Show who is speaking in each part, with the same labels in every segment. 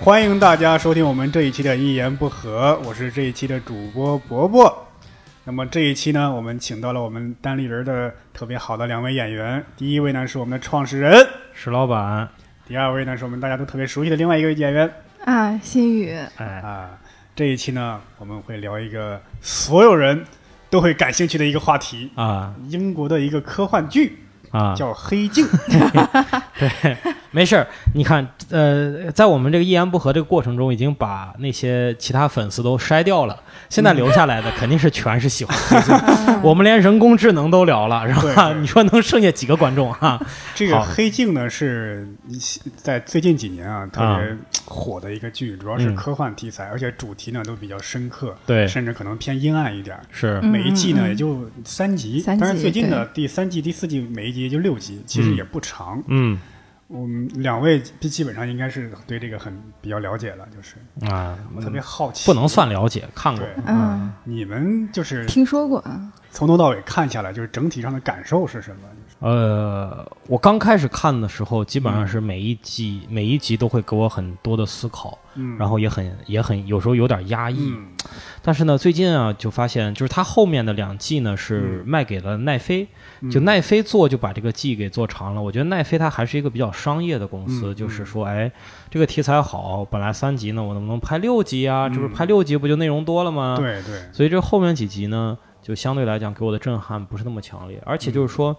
Speaker 1: 欢迎大家收听我们这一期的《一言不合》，我是这一期的主播伯伯。那么这一期呢，我们请到了我们单立人的特别好的两位演员，第一位呢是我们的创始人，
Speaker 2: 石老板，
Speaker 1: 第二位呢是我们大家都特别熟悉的另外一个演员
Speaker 3: 啊，心宇。
Speaker 2: 哎，
Speaker 1: 啊。这一期呢，我们会聊一个所有人都会感兴趣的一个话题
Speaker 2: 啊
Speaker 1: ——英国的一个科幻剧
Speaker 2: 啊，
Speaker 1: 叫《黑镜》。
Speaker 2: 没事儿，你看，呃，在我们这个一言不合这个过程中，已经把那些其他粉丝都筛掉了，现在留下来的肯定是全是喜欢黑镜我们连人工智能都聊了，然后啊
Speaker 1: 对对
Speaker 2: 你说能剩下几个观众啊？
Speaker 1: 这个《
Speaker 2: 好
Speaker 1: 黑镜》呢是在最近几年啊特别火的一个剧，主要是
Speaker 2: 嗯
Speaker 1: 科幻题材，而且主题呢都比较深刻，
Speaker 2: 对
Speaker 1: 甚至可能偏阴暗一点儿。
Speaker 2: 是
Speaker 3: 嗯
Speaker 1: 每一季呢
Speaker 3: 嗯
Speaker 1: 也就三集，
Speaker 3: 三集
Speaker 1: 但是最近的第三季、第四季每一集也就六集，其实也不长。
Speaker 2: 嗯
Speaker 1: 我们两位基基本上应该是对这个很比较了解了，就是
Speaker 2: 啊，
Speaker 1: 我特别好奇，
Speaker 2: 不能算了解，看过
Speaker 1: 对。
Speaker 3: 嗯，
Speaker 2: 啊
Speaker 1: 你们就是
Speaker 3: 听说过。嗯
Speaker 1: 从头到尾看下来，就是整体上的感受是什么？
Speaker 2: 呃，我刚开始看的时候，基本
Speaker 1: 嗯
Speaker 2: 上是每一集、每一集都会给我很多的思考，
Speaker 1: 嗯，
Speaker 2: 然后也很也很有时候有点压抑。
Speaker 1: 嗯
Speaker 2: 但是呢，最近啊，就发现就是它后面的两季呢是
Speaker 1: 嗯
Speaker 2: 卖给了奈飞，
Speaker 1: 嗯
Speaker 2: 就奈飞做就把这个季给做长了。我觉得奈飞它还是一个比较商业的公
Speaker 1: 嗯
Speaker 2: 司，就是说，哎，这个题材好，本来三集呢，我能不能拍六集啊？
Speaker 1: 嗯
Speaker 2: 这不是拍六集不就内容多了吗？。
Speaker 1: 对对，
Speaker 2: 所以这后面几集呢，就相对来讲给我的震撼不是那么强烈，而
Speaker 1: 嗯
Speaker 2: 且就是说。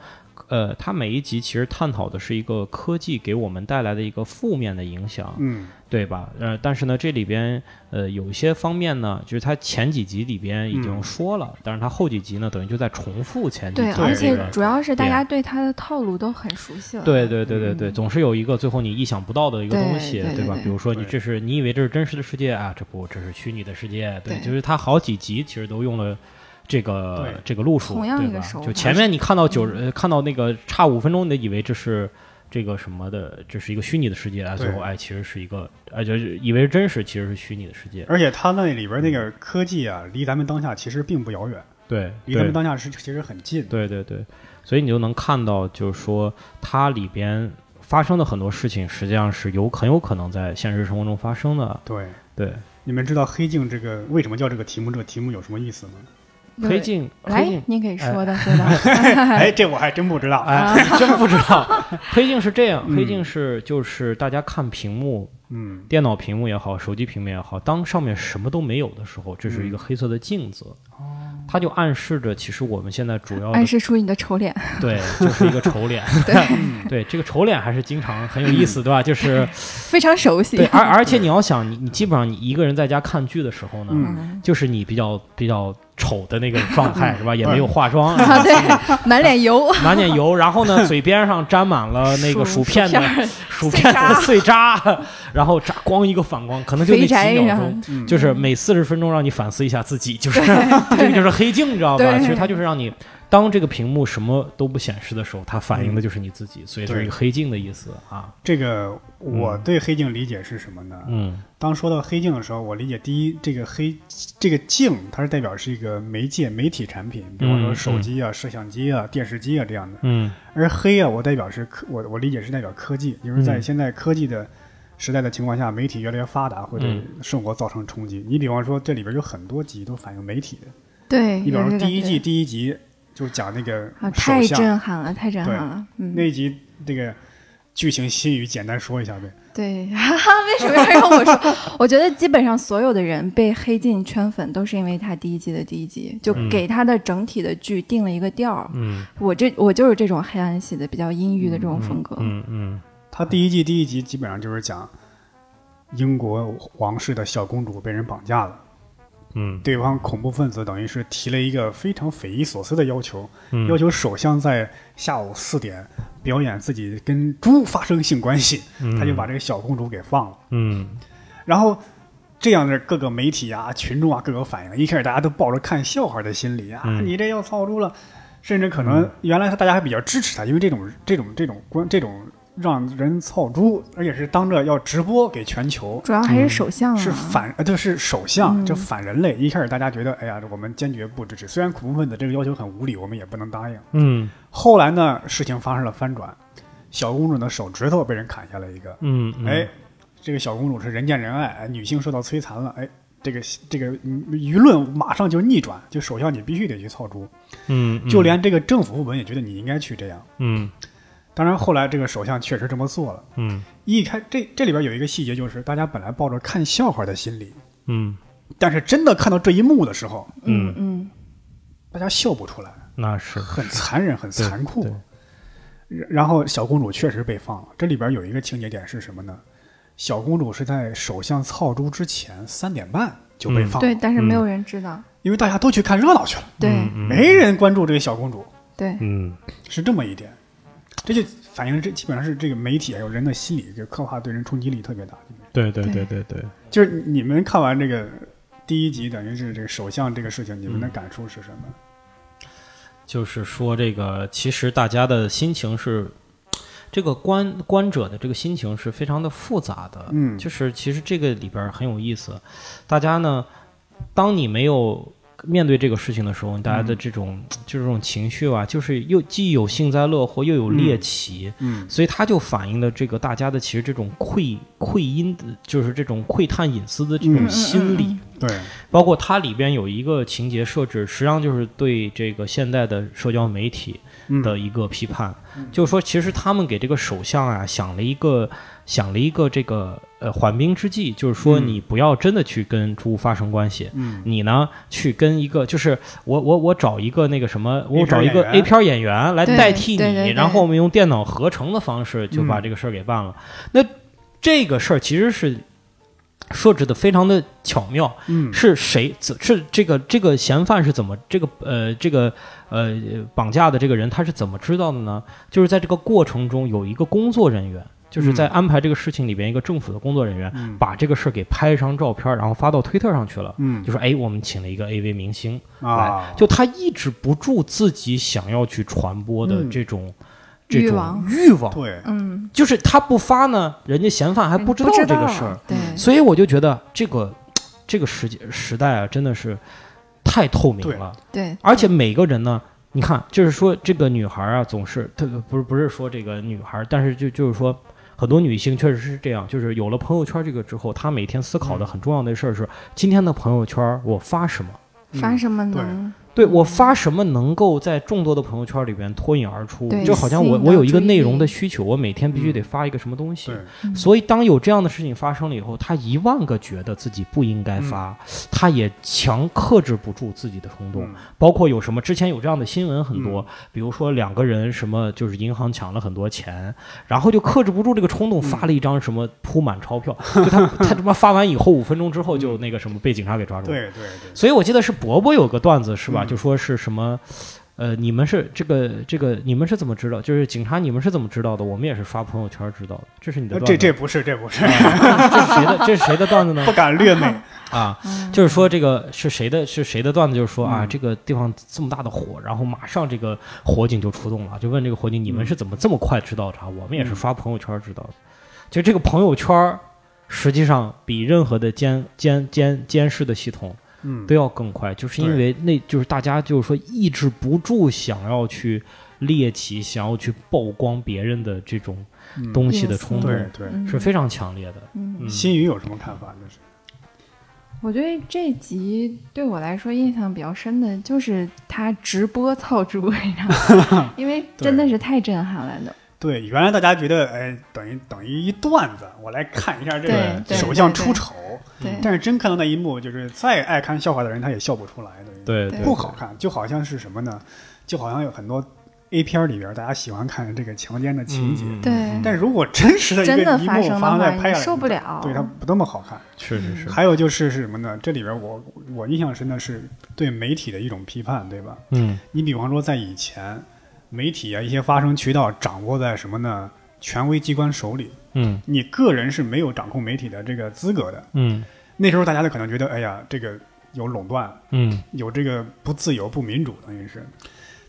Speaker 2: 呃，它每一集其实探讨的是一个科技给我们带来的一个负面的影响，
Speaker 1: 嗯
Speaker 2: 对吧？呃，但是呢，这里边呃有一些方面呢，就是它前几集里边已经
Speaker 1: 嗯
Speaker 2: 说了，但是它后几集呢，等于就在重复前几集
Speaker 3: 对，
Speaker 2: 的
Speaker 1: 对
Speaker 3: 而
Speaker 2: 这
Speaker 3: 且
Speaker 2: 个。
Speaker 3: 主要是大家对他的套路都很熟悉了。
Speaker 2: 对对对对对，
Speaker 3: 嗯
Speaker 2: 总是有一个最后你意想不到的一个东西，
Speaker 3: 对对对
Speaker 2: 吧？
Speaker 3: 对
Speaker 2: 比如说你
Speaker 1: 对
Speaker 2: 这是你以为这是真实的世界啊，这不这是虚拟的世界，对，
Speaker 3: 对
Speaker 2: 就是它好几集其实都用了这个
Speaker 1: 对
Speaker 2: 这个路数，
Speaker 3: 同样一
Speaker 2: 对
Speaker 3: 个
Speaker 2: 吧
Speaker 3: 手？法嗯
Speaker 2: 就前面你看到九十呃看到那个差五分钟，你得以为这是这个什么的，这是一个虚拟的世界啊，
Speaker 1: 对
Speaker 2: 最后哎其实是一个哎就是以为是真实，其实是虚拟的世界，
Speaker 1: 而且它那里边那个科技啊，离咱们当下其实并不遥远，
Speaker 2: 对，
Speaker 1: 离咱
Speaker 2: 对
Speaker 1: 们当下是其实很近。
Speaker 2: 对对对，所以你就能看到，就是说它里边发生的很多事情，实际上是有很有可能在现实生活中发生的。
Speaker 1: 对，
Speaker 2: 对，
Speaker 1: 你们知道《黑镜》这个为什么叫这个题目？这个题目有什么意思吗？
Speaker 3: 对
Speaker 2: 黑镜，黑
Speaker 3: 来
Speaker 2: 镜，，
Speaker 3: 你给说的说的。
Speaker 1: 哎，这我还真不知道。
Speaker 2: 哎，真不知 道。黑镜是这样，
Speaker 1: 嗯
Speaker 2: 黑镜是就是大家看屏幕，
Speaker 1: 嗯
Speaker 2: 电脑屏幕也好，手机屏幕也好，当上面什么都没有的时候，这是一个黑色的镜子，它就暗示着其实我们现在主要的
Speaker 3: 哦暗示出你的丑脸，
Speaker 2: 对就是一个丑脸。
Speaker 3: 对，
Speaker 2: 对，这个丑脸还是经常很有意思，对吧？就是。
Speaker 3: 非常熟悉
Speaker 2: 对，。而而且你要想，你你基本上你一个人在家看剧的时候呢，
Speaker 1: 嗯，
Speaker 3: 嗯
Speaker 2: 就是你比较比较丑的那个状态是吧？也没有化妆，
Speaker 3: 啊，对， 满脸油，
Speaker 2: 满脸油，然后呢，嘴边上沾满了啊那个薯
Speaker 3: 薯
Speaker 2: 片的
Speaker 3: 片儿
Speaker 2: 薯片的碎渣，然后炸光一个反光，可能就那
Speaker 3: 肥
Speaker 2: 几
Speaker 3: 宅
Speaker 2: 秒
Speaker 3: 上
Speaker 2: 钟。
Speaker 1: 嗯
Speaker 2: 就是每四十分钟让你反思一下自己，就是 这个就是黑镜，你知道吧？
Speaker 3: 对
Speaker 2: 其实它就是让你，当这个屏幕什么都不显示的时候，它反映的就是你自己，所以这是一个黑镜的意思啊。
Speaker 1: 这个，我对《黑镜》理解是什么呢？
Speaker 2: 嗯
Speaker 1: 当说到《黑镜》的时候，我理解第一，这个黑这个镜，它是代表是一个媒介、媒体产品，比方说
Speaker 2: 嗯
Speaker 1: 手机啊、摄像机啊、电视机啊这样的。
Speaker 2: 嗯
Speaker 1: 而黑啊，我代表是科，我我理解是代表科技，就是在
Speaker 2: 嗯
Speaker 1: 现在科技的时代的情况下，媒体越来越发达，会对生活造成冲击。你比方说，这里边有很多集都反映媒体的，
Speaker 3: 对，
Speaker 1: 你比
Speaker 3: 有
Speaker 1: 方
Speaker 3: 这
Speaker 1: 说
Speaker 3: 感
Speaker 1: 第一
Speaker 3: 觉
Speaker 1: 季第一集就讲那个
Speaker 3: 啊，
Speaker 1: 首
Speaker 3: 太
Speaker 1: 相
Speaker 3: 震撼了，太震撼了。
Speaker 1: 那
Speaker 3: 嗯，
Speaker 1: 一集，这个剧情新语简单说一下呗。
Speaker 3: 对， 哈哈，为什么要让我说？ 我觉得基本上所有的人被黑镜圈粉，都是因为他第一季的第一集，就
Speaker 2: 嗯
Speaker 3: 给他的整体的剧定了一个调儿。
Speaker 2: 嗯
Speaker 3: 我这我就是这种黑暗系的，比较阴郁的这种风格。
Speaker 2: 嗯嗯，
Speaker 1: 他第一季第一集基本上就是讲英国王室的小公主被人绑架了，
Speaker 2: 嗯，
Speaker 1: 对方恐怖分子等于是提了一个非常匪夷所思的要求，
Speaker 2: 嗯
Speaker 1: 要求首相在下午四点表演自己跟猪发生性关系，他就把这个小公主给放了。
Speaker 2: 嗯
Speaker 1: 然后这样的各个媒体啊、群众啊各个反应，一开始大家都抱着看笑话的心理啊，
Speaker 2: 嗯
Speaker 1: 你这要操猪了，甚至可能原来大家还比较支持他，因为这种这种这种观这种让人操猪，而且是当着要直播给全球。
Speaker 3: 主要还是首相、啊
Speaker 2: 嗯
Speaker 1: 是反呃，对，是首相，
Speaker 3: 嗯
Speaker 1: 这反人类。一开始大家觉得，哎呀，我们坚决不支持。虽然恐怖分子这个要求很无理，我们也不能答应。
Speaker 2: 嗯
Speaker 1: 后来呢，事情发生了翻转，小公主的手指头被人砍下来一个，
Speaker 2: 嗯，嗯
Speaker 1: 哎，这个小公主是人见人爱，哎女性受到摧残了，哎，这个这个嗯舆论马上就逆转，就首相你必须得去凑猪，
Speaker 2: 嗯，
Speaker 1: 就连这个政府部门也觉得你应该去这样。
Speaker 2: 嗯
Speaker 1: 当然后来这个首相确实这么做了。
Speaker 2: 嗯
Speaker 1: 一开这这里边有一个细节，就是大家本来抱着看笑话的心理，
Speaker 2: 嗯，
Speaker 1: 但是真的看到这一幕的时候，
Speaker 2: 嗯
Speaker 3: 嗯嗯，
Speaker 1: 大家笑不出来，
Speaker 2: 那是
Speaker 1: 很残忍，很
Speaker 2: 对
Speaker 1: 残酷
Speaker 2: 对。
Speaker 1: 然然后小公主确实被放了。这里边有一个情节点是什么呢？小公主是在首相操猪之前三点半就被放了，
Speaker 3: 嗯对，但是没有人知道，
Speaker 1: 因为大家都去看热闹去了，
Speaker 3: 对
Speaker 2: 嗯
Speaker 1: 没人关注这个小公主，
Speaker 3: 对，
Speaker 2: 嗯
Speaker 1: 是这么一点。这就反映这基本上是这个媒体还有人的心理，这刻画对人冲击力特别大。
Speaker 2: 对对对对对，
Speaker 1: 就是你们看完这个第一集，等于是这个首相这个事情，你们
Speaker 2: 嗯
Speaker 1: 的感触是什么？
Speaker 2: 就是说这个其实大家的心情是。这个观观者的这个心情是非常的复杂的，
Speaker 1: 嗯
Speaker 2: 呃就是其实这个里边儿很有意思，大家呢，当你没有面对这个事情的时候，大家
Speaker 1: 嗯
Speaker 2: 的这种、就是这种情绪啊，就是又既有幸灾乐祸，又有猎奇，
Speaker 1: 嗯
Speaker 2: 所以它就反映了这个大家的其实这种窥窥阴的，就是这种窥探隐私的这种
Speaker 1: 嗯
Speaker 2: 心理。
Speaker 3: 嗯嗯
Speaker 1: 对，
Speaker 2: 包括它里边有一个情节设置，实际上就是对这个现代的社交媒体
Speaker 1: 嗯
Speaker 2: 的一个批判，就是说其实他们给这个首相啊想了一个想了一个这个呃缓兵之计，就是说
Speaker 1: 嗯
Speaker 2: 你不要真的去跟猪发生关系。
Speaker 1: 嗯
Speaker 2: 你呢？去跟一个就是我我我找一个那个什么，我
Speaker 1: A 片
Speaker 2: 找一个
Speaker 1: 演员
Speaker 2: A 片演员来
Speaker 3: 对
Speaker 2: 代替
Speaker 3: 对对
Speaker 2: 你，
Speaker 3: 对
Speaker 2: 然后我们用电脑合成的方式就把
Speaker 1: 嗯
Speaker 2: 这个事儿给办了。那这个事儿其实是设置的非常的巧妙，
Speaker 1: 嗯
Speaker 2: 是谁？怎是这个这个嫌犯是怎么这个呃这个呃绑架的这个人他是怎么知道的呢？就是在这个过程中有一个工作人员，就是在安排这个事情里边一个政府的工作人员，
Speaker 1: 嗯
Speaker 2: 把这个事儿给拍一张照片，然后发到推特上去了。
Speaker 1: 嗯
Speaker 2: 就说哎，我们请了一个 AV 明星嗯来
Speaker 1: 啊，，
Speaker 2: 就他抑制不住自己想要去传播的
Speaker 1: 嗯
Speaker 2: 这种这
Speaker 3: 欲
Speaker 2: 种
Speaker 3: 望
Speaker 2: 欲望，
Speaker 1: 对，
Speaker 3: 嗯，
Speaker 2: 就是他不发呢，人家嫌犯还嗯不知道啊这个事儿，嗯
Speaker 3: 对，
Speaker 2: 所以我就觉得这个这个时节时代啊，真的是太透明了。
Speaker 3: 对，
Speaker 2: 而且每个人呢，你看，就是说这个女孩啊，总是她不是不是说这个女孩，但是就就是说。很多女性确实是这样，就是有了朋友圈这个之后，她每天思考的很重要的事儿是：今天的朋友圈我发什么？
Speaker 3: 发
Speaker 1: 嗯
Speaker 3: 什么
Speaker 1: 对
Speaker 3: 能
Speaker 2: 对我发什么能够在众多的朋友圈里边脱颖而出？
Speaker 3: 对嗯
Speaker 2: 就好像我
Speaker 3: 吸引到
Speaker 2: 我有一个
Speaker 3: 注意
Speaker 2: 内容
Speaker 3: 力
Speaker 2: 的需求，我每天必须得发一个什么东西。
Speaker 1: 对，
Speaker 3: 嗯
Speaker 2: 所以，当有这样的事情发生了以后，他一万个觉得自己不应该发，他也强克制不住自己的冲动。
Speaker 1: 嗯
Speaker 2: 包括有什么之前有这样的新闻很多，比如说两个人什么就是银行抢了很多钱，然后就克制不住这个冲动，发了一张什么铺满钞票，
Speaker 1: 嗯
Speaker 2: 就他他他妈发完以后五分钟之后就那个什么被警察给抓住了。
Speaker 1: 对对对，
Speaker 2: 所以我记得是伯伯有个段子是
Speaker 1: 嗯
Speaker 2: 吧？就说是什么，呃，你们是这个这个，你们是怎么知道？就是警察，你们是怎么知道的？我们也是刷朋友圈知道的。这是你的
Speaker 1: 那
Speaker 2: 段子
Speaker 1: 呃这
Speaker 2: 吗，
Speaker 1: 这不是这不是
Speaker 2: 这是谁的？这是谁的 段子呢
Speaker 1: 不？敢略 美，
Speaker 2: 啊，
Speaker 3: 嗯
Speaker 2: 就是说这个是谁的？是谁的段子？就是说啊，
Speaker 1: 嗯
Speaker 2: 这个地方这么大的火，然后马上这个火警就出动了，就问这个火警，你们是怎么这么快知道的啊？我们也是刷朋友圈知道的。就这个朋友圈，实际上比任何的监监监监视的系统
Speaker 1: 嗯
Speaker 2: 都要更快，就是因为那就是大家就是说抑制不住想要去猎奇，想要去曝光别人的这种
Speaker 1: 嗯
Speaker 2: 东西的冲动。
Speaker 1: 对对。
Speaker 3: 嗯
Speaker 2: 是非常强烈的。
Speaker 3: 嗯，
Speaker 2: 嗯
Speaker 1: 新宇有什么看法？就是
Speaker 3: 我对这集对我来说印象比较深的就是他直播操猪，你知 道吗因为真的是太震撼了的。
Speaker 1: 对，原来大家觉得，哎，等于等于一段子，我来看一下这
Speaker 3: 对
Speaker 1: 个
Speaker 3: 对
Speaker 1: 首相
Speaker 3: 对
Speaker 1: 出丑，
Speaker 2: 嗯
Speaker 3: 对
Speaker 1: 但是真看到那一幕，就是再爱看笑话的人，他也笑不出来的。
Speaker 2: 对
Speaker 3: 对
Speaker 1: 不好看，就好像是什么呢？就好像有很多 A 片儿里边儿，大家喜欢看这个强奸的情节，
Speaker 2: 嗯
Speaker 3: 对
Speaker 2: 嗯
Speaker 1: 但如果真实的一
Speaker 3: 真
Speaker 1: 个
Speaker 3: 的
Speaker 1: 一
Speaker 3: 发
Speaker 1: 幕
Speaker 3: 生的
Speaker 1: 发生
Speaker 3: 话，
Speaker 1: 在拍
Speaker 3: 你
Speaker 1: 下来，
Speaker 3: 受不了。
Speaker 1: 对它不那么好看。
Speaker 2: 是是是，
Speaker 1: 还有就是是什么呢？这里边我我印象深的是对媒体的一种批判，对吧？
Speaker 2: 嗯
Speaker 1: 你比方说在以前，媒体啊一些发声渠道掌握在什么呢？权威机关手里，
Speaker 2: 嗯
Speaker 1: 你个人是没有掌控媒体的这个资格的。
Speaker 2: 嗯
Speaker 1: 那时候大家就可能觉得，哎呀，这个有垄断，
Speaker 2: 嗯
Speaker 1: 有这个不自由、不民主，等于是。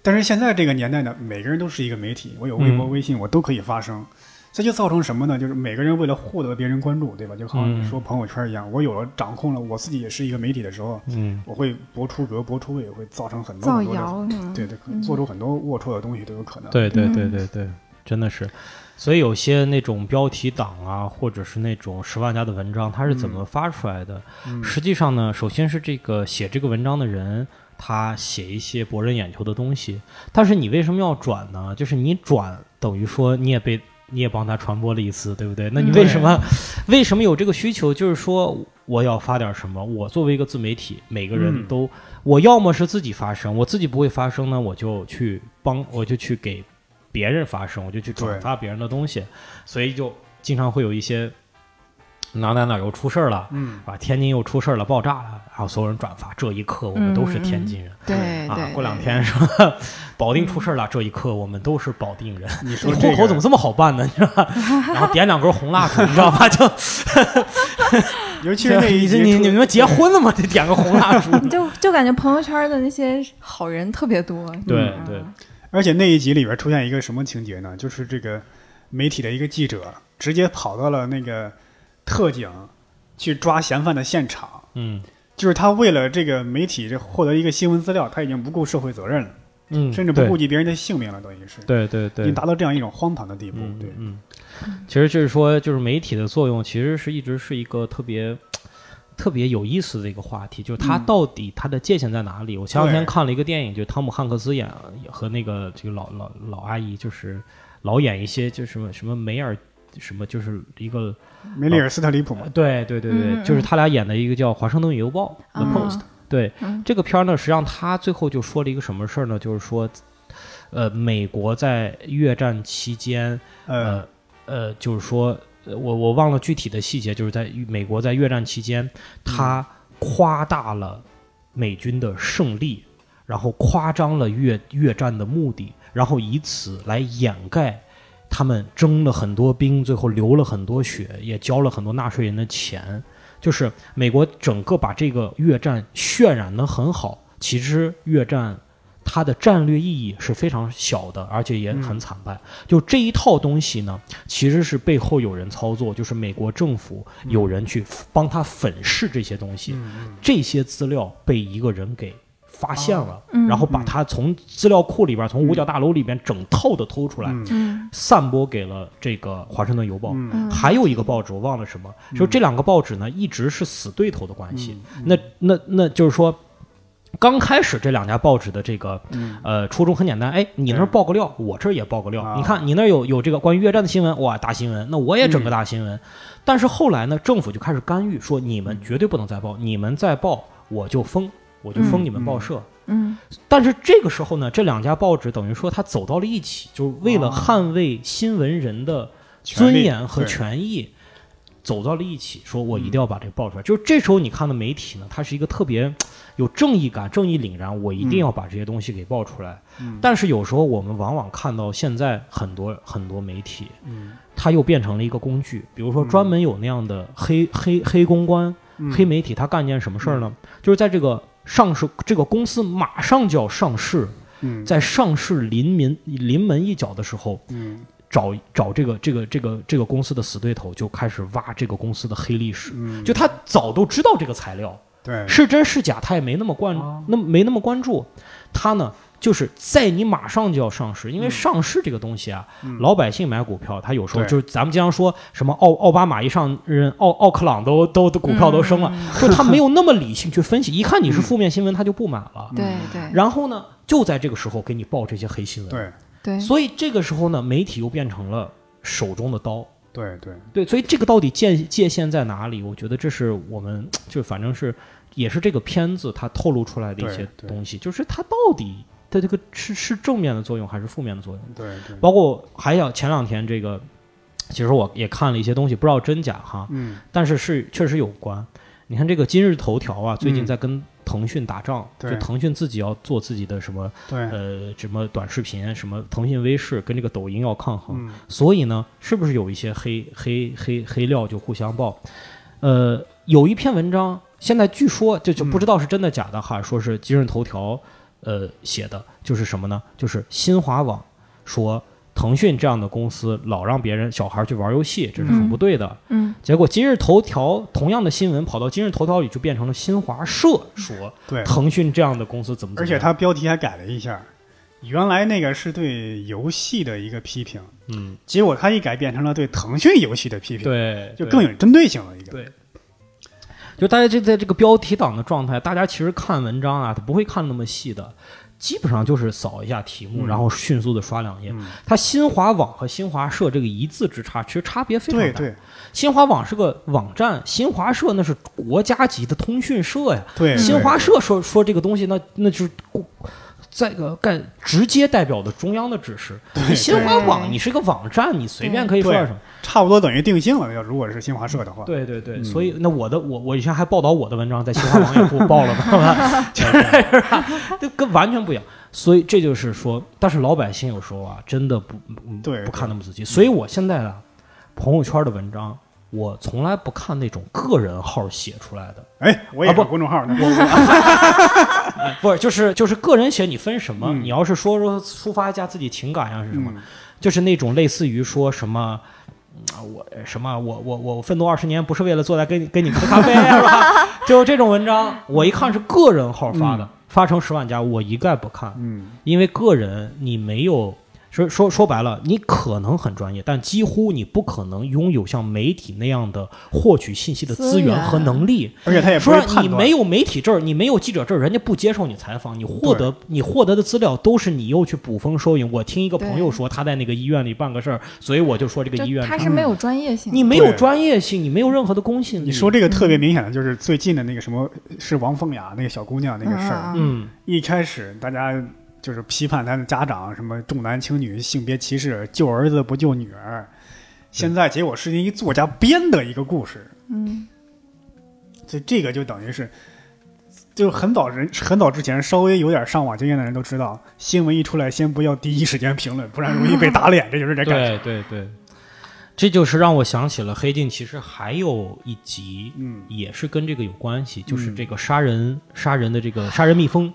Speaker 1: 但是现在这个年代呢，每个人都是一个媒体，我有微博、
Speaker 2: 嗯
Speaker 1: 微信，我都可以发声。这就造成什么呢？就是每个人为了获得别人关注，对吧？就好像
Speaker 2: 嗯
Speaker 1: 你说朋友圈一样，我有了掌控了，我自己也是一个媒体的时候，
Speaker 2: 嗯
Speaker 1: 我会博出格、博出位，会造成很多
Speaker 3: 造
Speaker 1: 很多的
Speaker 3: 谣是吗？
Speaker 1: 对对，可能做出很多龌龊的东西都有可能。
Speaker 2: 对对对
Speaker 3: 嗯
Speaker 2: 对对，真的是。所以有些那种标题党啊，或者是那种十万加的文章，它是怎么发出来的？
Speaker 1: 嗯
Speaker 2: 实际上呢，首先是这个写这个文章的人，他写一些博人眼球的东西，但是你为什么要转呢？就是你转，等于说你也被你也帮他传播了一次，对不对？那你
Speaker 3: 嗯
Speaker 2: 为什么、为什么有这个需求？就是说我要发点什么？我作为一个自媒体，每个人
Speaker 1: 嗯
Speaker 2: 都，我要么是自己发声，我自己不会发声呢，我就去帮，我就去给别人发声，我就去转
Speaker 1: 对
Speaker 2: 发别人的东西，所以就经常会有一些哪哪哪又出事儿了。
Speaker 1: 嗯，
Speaker 2: 啊，天津又出事儿了，爆炸了，然后所有人转发。这一刻，我们都是天津人、
Speaker 1: 嗯
Speaker 3: 对
Speaker 1: 哎
Speaker 2: 啊！
Speaker 3: 对，
Speaker 2: 过两
Speaker 3: 对
Speaker 2: 天说 保定出事儿了，这一刻我们都是保定人。
Speaker 1: 你 说
Speaker 2: 你
Speaker 1: 这
Speaker 2: 户口怎么
Speaker 1: 个，
Speaker 2: 这么好办呢？你 知道吧？然后点两根 红蜡烛，你知道吧？就
Speaker 1: 尤其是 那一
Speaker 2: 你
Speaker 1: 集
Speaker 2: 你你
Speaker 1: 出
Speaker 2: 们结婚了吗？得点个红蜡 烛。
Speaker 3: 就就感觉朋友圈的那些好人特别多。
Speaker 2: 对
Speaker 3: 嗯
Speaker 2: 对，
Speaker 1: 而且那一集里边出现一个什么情节呢？就是这个媒体的一个记者直接跑到了那个特警去抓嫌犯的现场，
Speaker 2: 嗯
Speaker 1: 就是他为了这个媒体这获得一个新闻资料，他已经不顾社会责任了，
Speaker 2: 嗯，
Speaker 1: 甚至不
Speaker 2: 对
Speaker 1: 顾及别人的性命了，等于是
Speaker 2: 对对
Speaker 1: 已
Speaker 2: 对
Speaker 1: 经达到这样一种荒唐的地步。
Speaker 2: 嗯，
Speaker 1: 对，
Speaker 2: 嗯，其实就是说，就是媒体的作用，其实是一直是一个特别。特别有意思的一个话题，就是它
Speaker 1: 嗯
Speaker 2: 到底它的界限在哪里？我前两天
Speaker 1: 对
Speaker 2: 看了一个电影，就是汤姆汉克斯演和那个这个老老老阿姨，就是老演一些就是什么什么梅尔什么，就是一个
Speaker 1: 梅里尔·斯特里普嘛，
Speaker 2: 对对对对，
Speaker 3: 嗯嗯
Speaker 2: 就是他俩演的一个叫《华盛顿邮报》The
Speaker 3: 啊
Speaker 2: Post，、对，
Speaker 3: 嗯
Speaker 2: 这个片儿呢，实际上他最后就说了一个什么事儿呢？就是说，呃，美国在越战期间，
Speaker 1: 呃，
Speaker 2: 呃呃，就是说，呃我我忘了具体的细节，就是在美国在越战期间，他夸大了美军的胜利，然后夸张了越越战的目的，然后以此来掩盖。他们征了很多兵，最后流了很多血，也交了很多纳税人的钱。就是美国整个把这个越战渲染得很好，其实越战它的战略意义是非常小的，而且也很惨败。就这一套东西呢，其实是背后有人操作，就是美国政府有人去帮他粉饰这些东西，
Speaker 1: 嗯
Speaker 2: 这些资料被一个人给。发现了，
Speaker 3: 嗯
Speaker 2: 然后把它从资料库里边，从五角大楼里边整套的偷出来，
Speaker 1: 嗯
Speaker 3: 嗯
Speaker 2: 散播给了这个《华盛顿邮报》
Speaker 1: 嗯
Speaker 3: 嗯，
Speaker 2: 还有一个报纸我忘了什么，就是这两个报纸呢一直是死对头的关系。
Speaker 1: 嗯
Speaker 2: 那那那就是说，刚开始这两家报纸的这个
Speaker 1: 嗯
Speaker 2: 呃初衷很简单，哎，你那儿
Speaker 1: 对
Speaker 2: 爆个料，我这儿也爆个料
Speaker 1: 啊。
Speaker 2: 你看你那儿有有这个关于越战的新闻，哇，大新闻，那我也整个
Speaker 1: 嗯
Speaker 2: 大新闻。但是后来呢，政府就开始干预，说你
Speaker 1: 嗯
Speaker 2: 们绝对不能再报，你们再报我就封，我就封
Speaker 3: 嗯
Speaker 2: 你们报社。
Speaker 3: 嗯
Speaker 2: 但是这个时候呢，这两家报纸等于说它走到了一起，就是为了
Speaker 1: 哦
Speaker 2: 捍卫新闻人的
Speaker 1: 权利
Speaker 2: 尊严和
Speaker 1: 对嗯
Speaker 2: 权益，走到了一起，说我一定要把这个报出来。就是这时候你看的媒体呢，它是一个特别有正义感、正义凛然，我一定要把这些东西给爆出来。
Speaker 1: 嗯
Speaker 2: 但是有时候我们往往看到现在很多很多媒体，
Speaker 1: 嗯
Speaker 2: 它又变成了一个工具，比如说专门有那样的黑、黑黑公关、
Speaker 1: 嗯
Speaker 2: 黑媒体，它干一件什么事儿呢？就是在这个上市这个公司马上就要上市，
Speaker 1: 嗯
Speaker 2: 在上市临门临门一脚的时候，
Speaker 1: 嗯
Speaker 2: 找找这个这个这个这个公司的死对头，就开始挖这个公司的黑历史。
Speaker 1: 嗯，
Speaker 2: 就他早都知道这个材料
Speaker 1: 对，
Speaker 2: 是真是假，他也没那么关
Speaker 1: 嗯哦，
Speaker 2: 那么没那么关注。他呢，就是在你马上就要上市，因为
Speaker 1: 嗯
Speaker 2: 上市这个东西啊，
Speaker 1: 嗯
Speaker 2: 老百姓买股票，他有时候
Speaker 1: 对
Speaker 2: 就是咱们经常说什么奥奥巴马一上任，奥奥克朗都都都股票都升了，
Speaker 3: 嗯
Speaker 2: 就他没有那么理性去分析，一看
Speaker 1: 嗯
Speaker 2: 你是负面新闻，他就不买了。
Speaker 3: 嗯对对
Speaker 2: 然后呢，就在这个时候给你报这些黑新闻。
Speaker 1: 对
Speaker 3: 对，
Speaker 2: 所以这个时候呢，媒体又变成了手中的刀。
Speaker 1: 对对，
Speaker 2: 对，所以这个到底界界限在哪里？我觉得这是我们就反正是也是这个片子它透露出来的一些
Speaker 1: 对对
Speaker 2: 东西，就是它到底它这个是是正面的作用还是负面的作用？
Speaker 1: 对对，
Speaker 2: 包括还有前两天这个，其实我也看了一些东西，不知道真假哈，
Speaker 1: 嗯
Speaker 2: 但是是确实有关。你看这个今日头条啊，最近
Speaker 1: 嗯
Speaker 2: 在跟腾讯打仗，
Speaker 1: 对
Speaker 2: 就腾讯自己要做自己的什么
Speaker 1: 对，
Speaker 2: 呃什么短视频，什么腾讯卫视跟这个抖音要抗衡。
Speaker 1: 嗯
Speaker 2: 所以呢，是不是有一些黑黑黑黑料就互相爆？呃，有一篇文章，现在据说就就
Speaker 1: 嗯
Speaker 2: 不知道是真的假的哈，说是今日头条呃写的，就是什么呢？就是新华网说腾讯这样的公司老让别人小孩去玩游戏，这是很
Speaker 3: 嗯
Speaker 2: 不对的。
Speaker 3: 嗯
Speaker 2: 结果今日头条同样的新闻跑到今日头条里，就变成了新华社说
Speaker 1: 对，
Speaker 2: 腾讯这样的公司怎么怎
Speaker 1: 而
Speaker 2: 么样
Speaker 1: 且它标题还改了一下，原来那个是对游戏的一个批评，
Speaker 2: 嗯，
Speaker 1: 结果他一改变成了对腾讯游戏的批评，
Speaker 2: 对，
Speaker 1: 就
Speaker 2: 对
Speaker 1: 更有针对性了一个。
Speaker 2: 对就大家这在这个标题党的状态，大家其实看文章啊，他不会看那么细的，基本上就是扫一下题目，
Speaker 1: 嗯
Speaker 2: 然后迅速的刷两页。
Speaker 1: 嗯
Speaker 2: 它新华网和新华社这个一字之差，其实差别非常大。
Speaker 1: 对对
Speaker 2: 新华网是个网站，新华社那是国家级的通讯社呀。
Speaker 1: 对，
Speaker 2: 新
Speaker 1: 对
Speaker 2: 华社说说这个东西，那那就是故在个干直接代表的中央的指示。
Speaker 1: 对
Speaker 2: 你新华
Speaker 3: 对
Speaker 2: 网，你是个网站，你随便可以说
Speaker 1: 对
Speaker 2: 点什么。
Speaker 1: 差不多等于定性了。要如果是新华社的话，
Speaker 2: 对对对，
Speaker 1: 嗯
Speaker 2: 所以那我的我我以前还报道我的文章在新华网也不报了 嘛，就是是吧？这跟完全不一样。所以这就是说，但是老百姓有时候啊，真的不不
Speaker 1: 对嗯
Speaker 2: 不看那么仔细。所以我现在啊，朋友圈的文章，我从来不看那种个人号写出来的，
Speaker 1: 哎，我也
Speaker 2: 啊不
Speaker 1: 有公众号呢，
Speaker 2: 哎不是就是就是个人写你分什么？
Speaker 1: 嗯
Speaker 2: 你要是说说抒发一下自己情感呀是什么，
Speaker 1: 嗯
Speaker 2: 就是那种类似于说什么。嗯啊，我什么，我我我奋斗二十年不是为了坐在跟你跟你喝咖啡、啊是吧？ 就这种文章，我一看是个人号发的，发成十万加，我一概不看，
Speaker 1: 嗯，
Speaker 2: 因为个人你没有说说说白了，你可能很专业，但几乎你不可能拥有像媒体那样的获取信息的资
Speaker 3: 资
Speaker 2: 源
Speaker 3: 源
Speaker 2: 和能力。
Speaker 1: 而且他也不
Speaker 2: 说
Speaker 1: 会判
Speaker 2: 你
Speaker 1: 断
Speaker 2: 没有媒体证儿，你没有记者证儿，人家不接受你采访，你获得你获得的资料都是你又去捕风捉影。我听一个朋友说他在那个医院里办个事儿，所以我就说这个医
Speaker 3: 就
Speaker 2: 院
Speaker 3: 他
Speaker 2: 里。
Speaker 3: 是没有专业性的。
Speaker 2: 你没有
Speaker 1: 对
Speaker 2: 专业性，你没有任何的公信力。
Speaker 1: 你说，这个特
Speaker 2: 嗯
Speaker 1: 别明显的就是最近的那个什么，是王凤雅那个小姑娘那个事儿，
Speaker 3: 嗯
Speaker 2: 嗯，
Speaker 1: 一开始大家就是批判她的家长什么重男轻女、性别歧视，救儿子不救女儿。现在结果是一作家编的一个故事，
Speaker 3: 嗯，
Speaker 1: 所以这个就等于是，就很早人很早之前稍微有点上网经验的人都知道，新闻一出来先不要第一时间评论，不然容易被打脸，这就是这感觉。
Speaker 2: 对对，这就是让我想起了《黑镜》，其实还有一集
Speaker 1: 嗯，
Speaker 2: 也是跟这个有关系，就是
Speaker 1: 嗯
Speaker 2: 这个杀人杀人的这个杀人蜜蜂，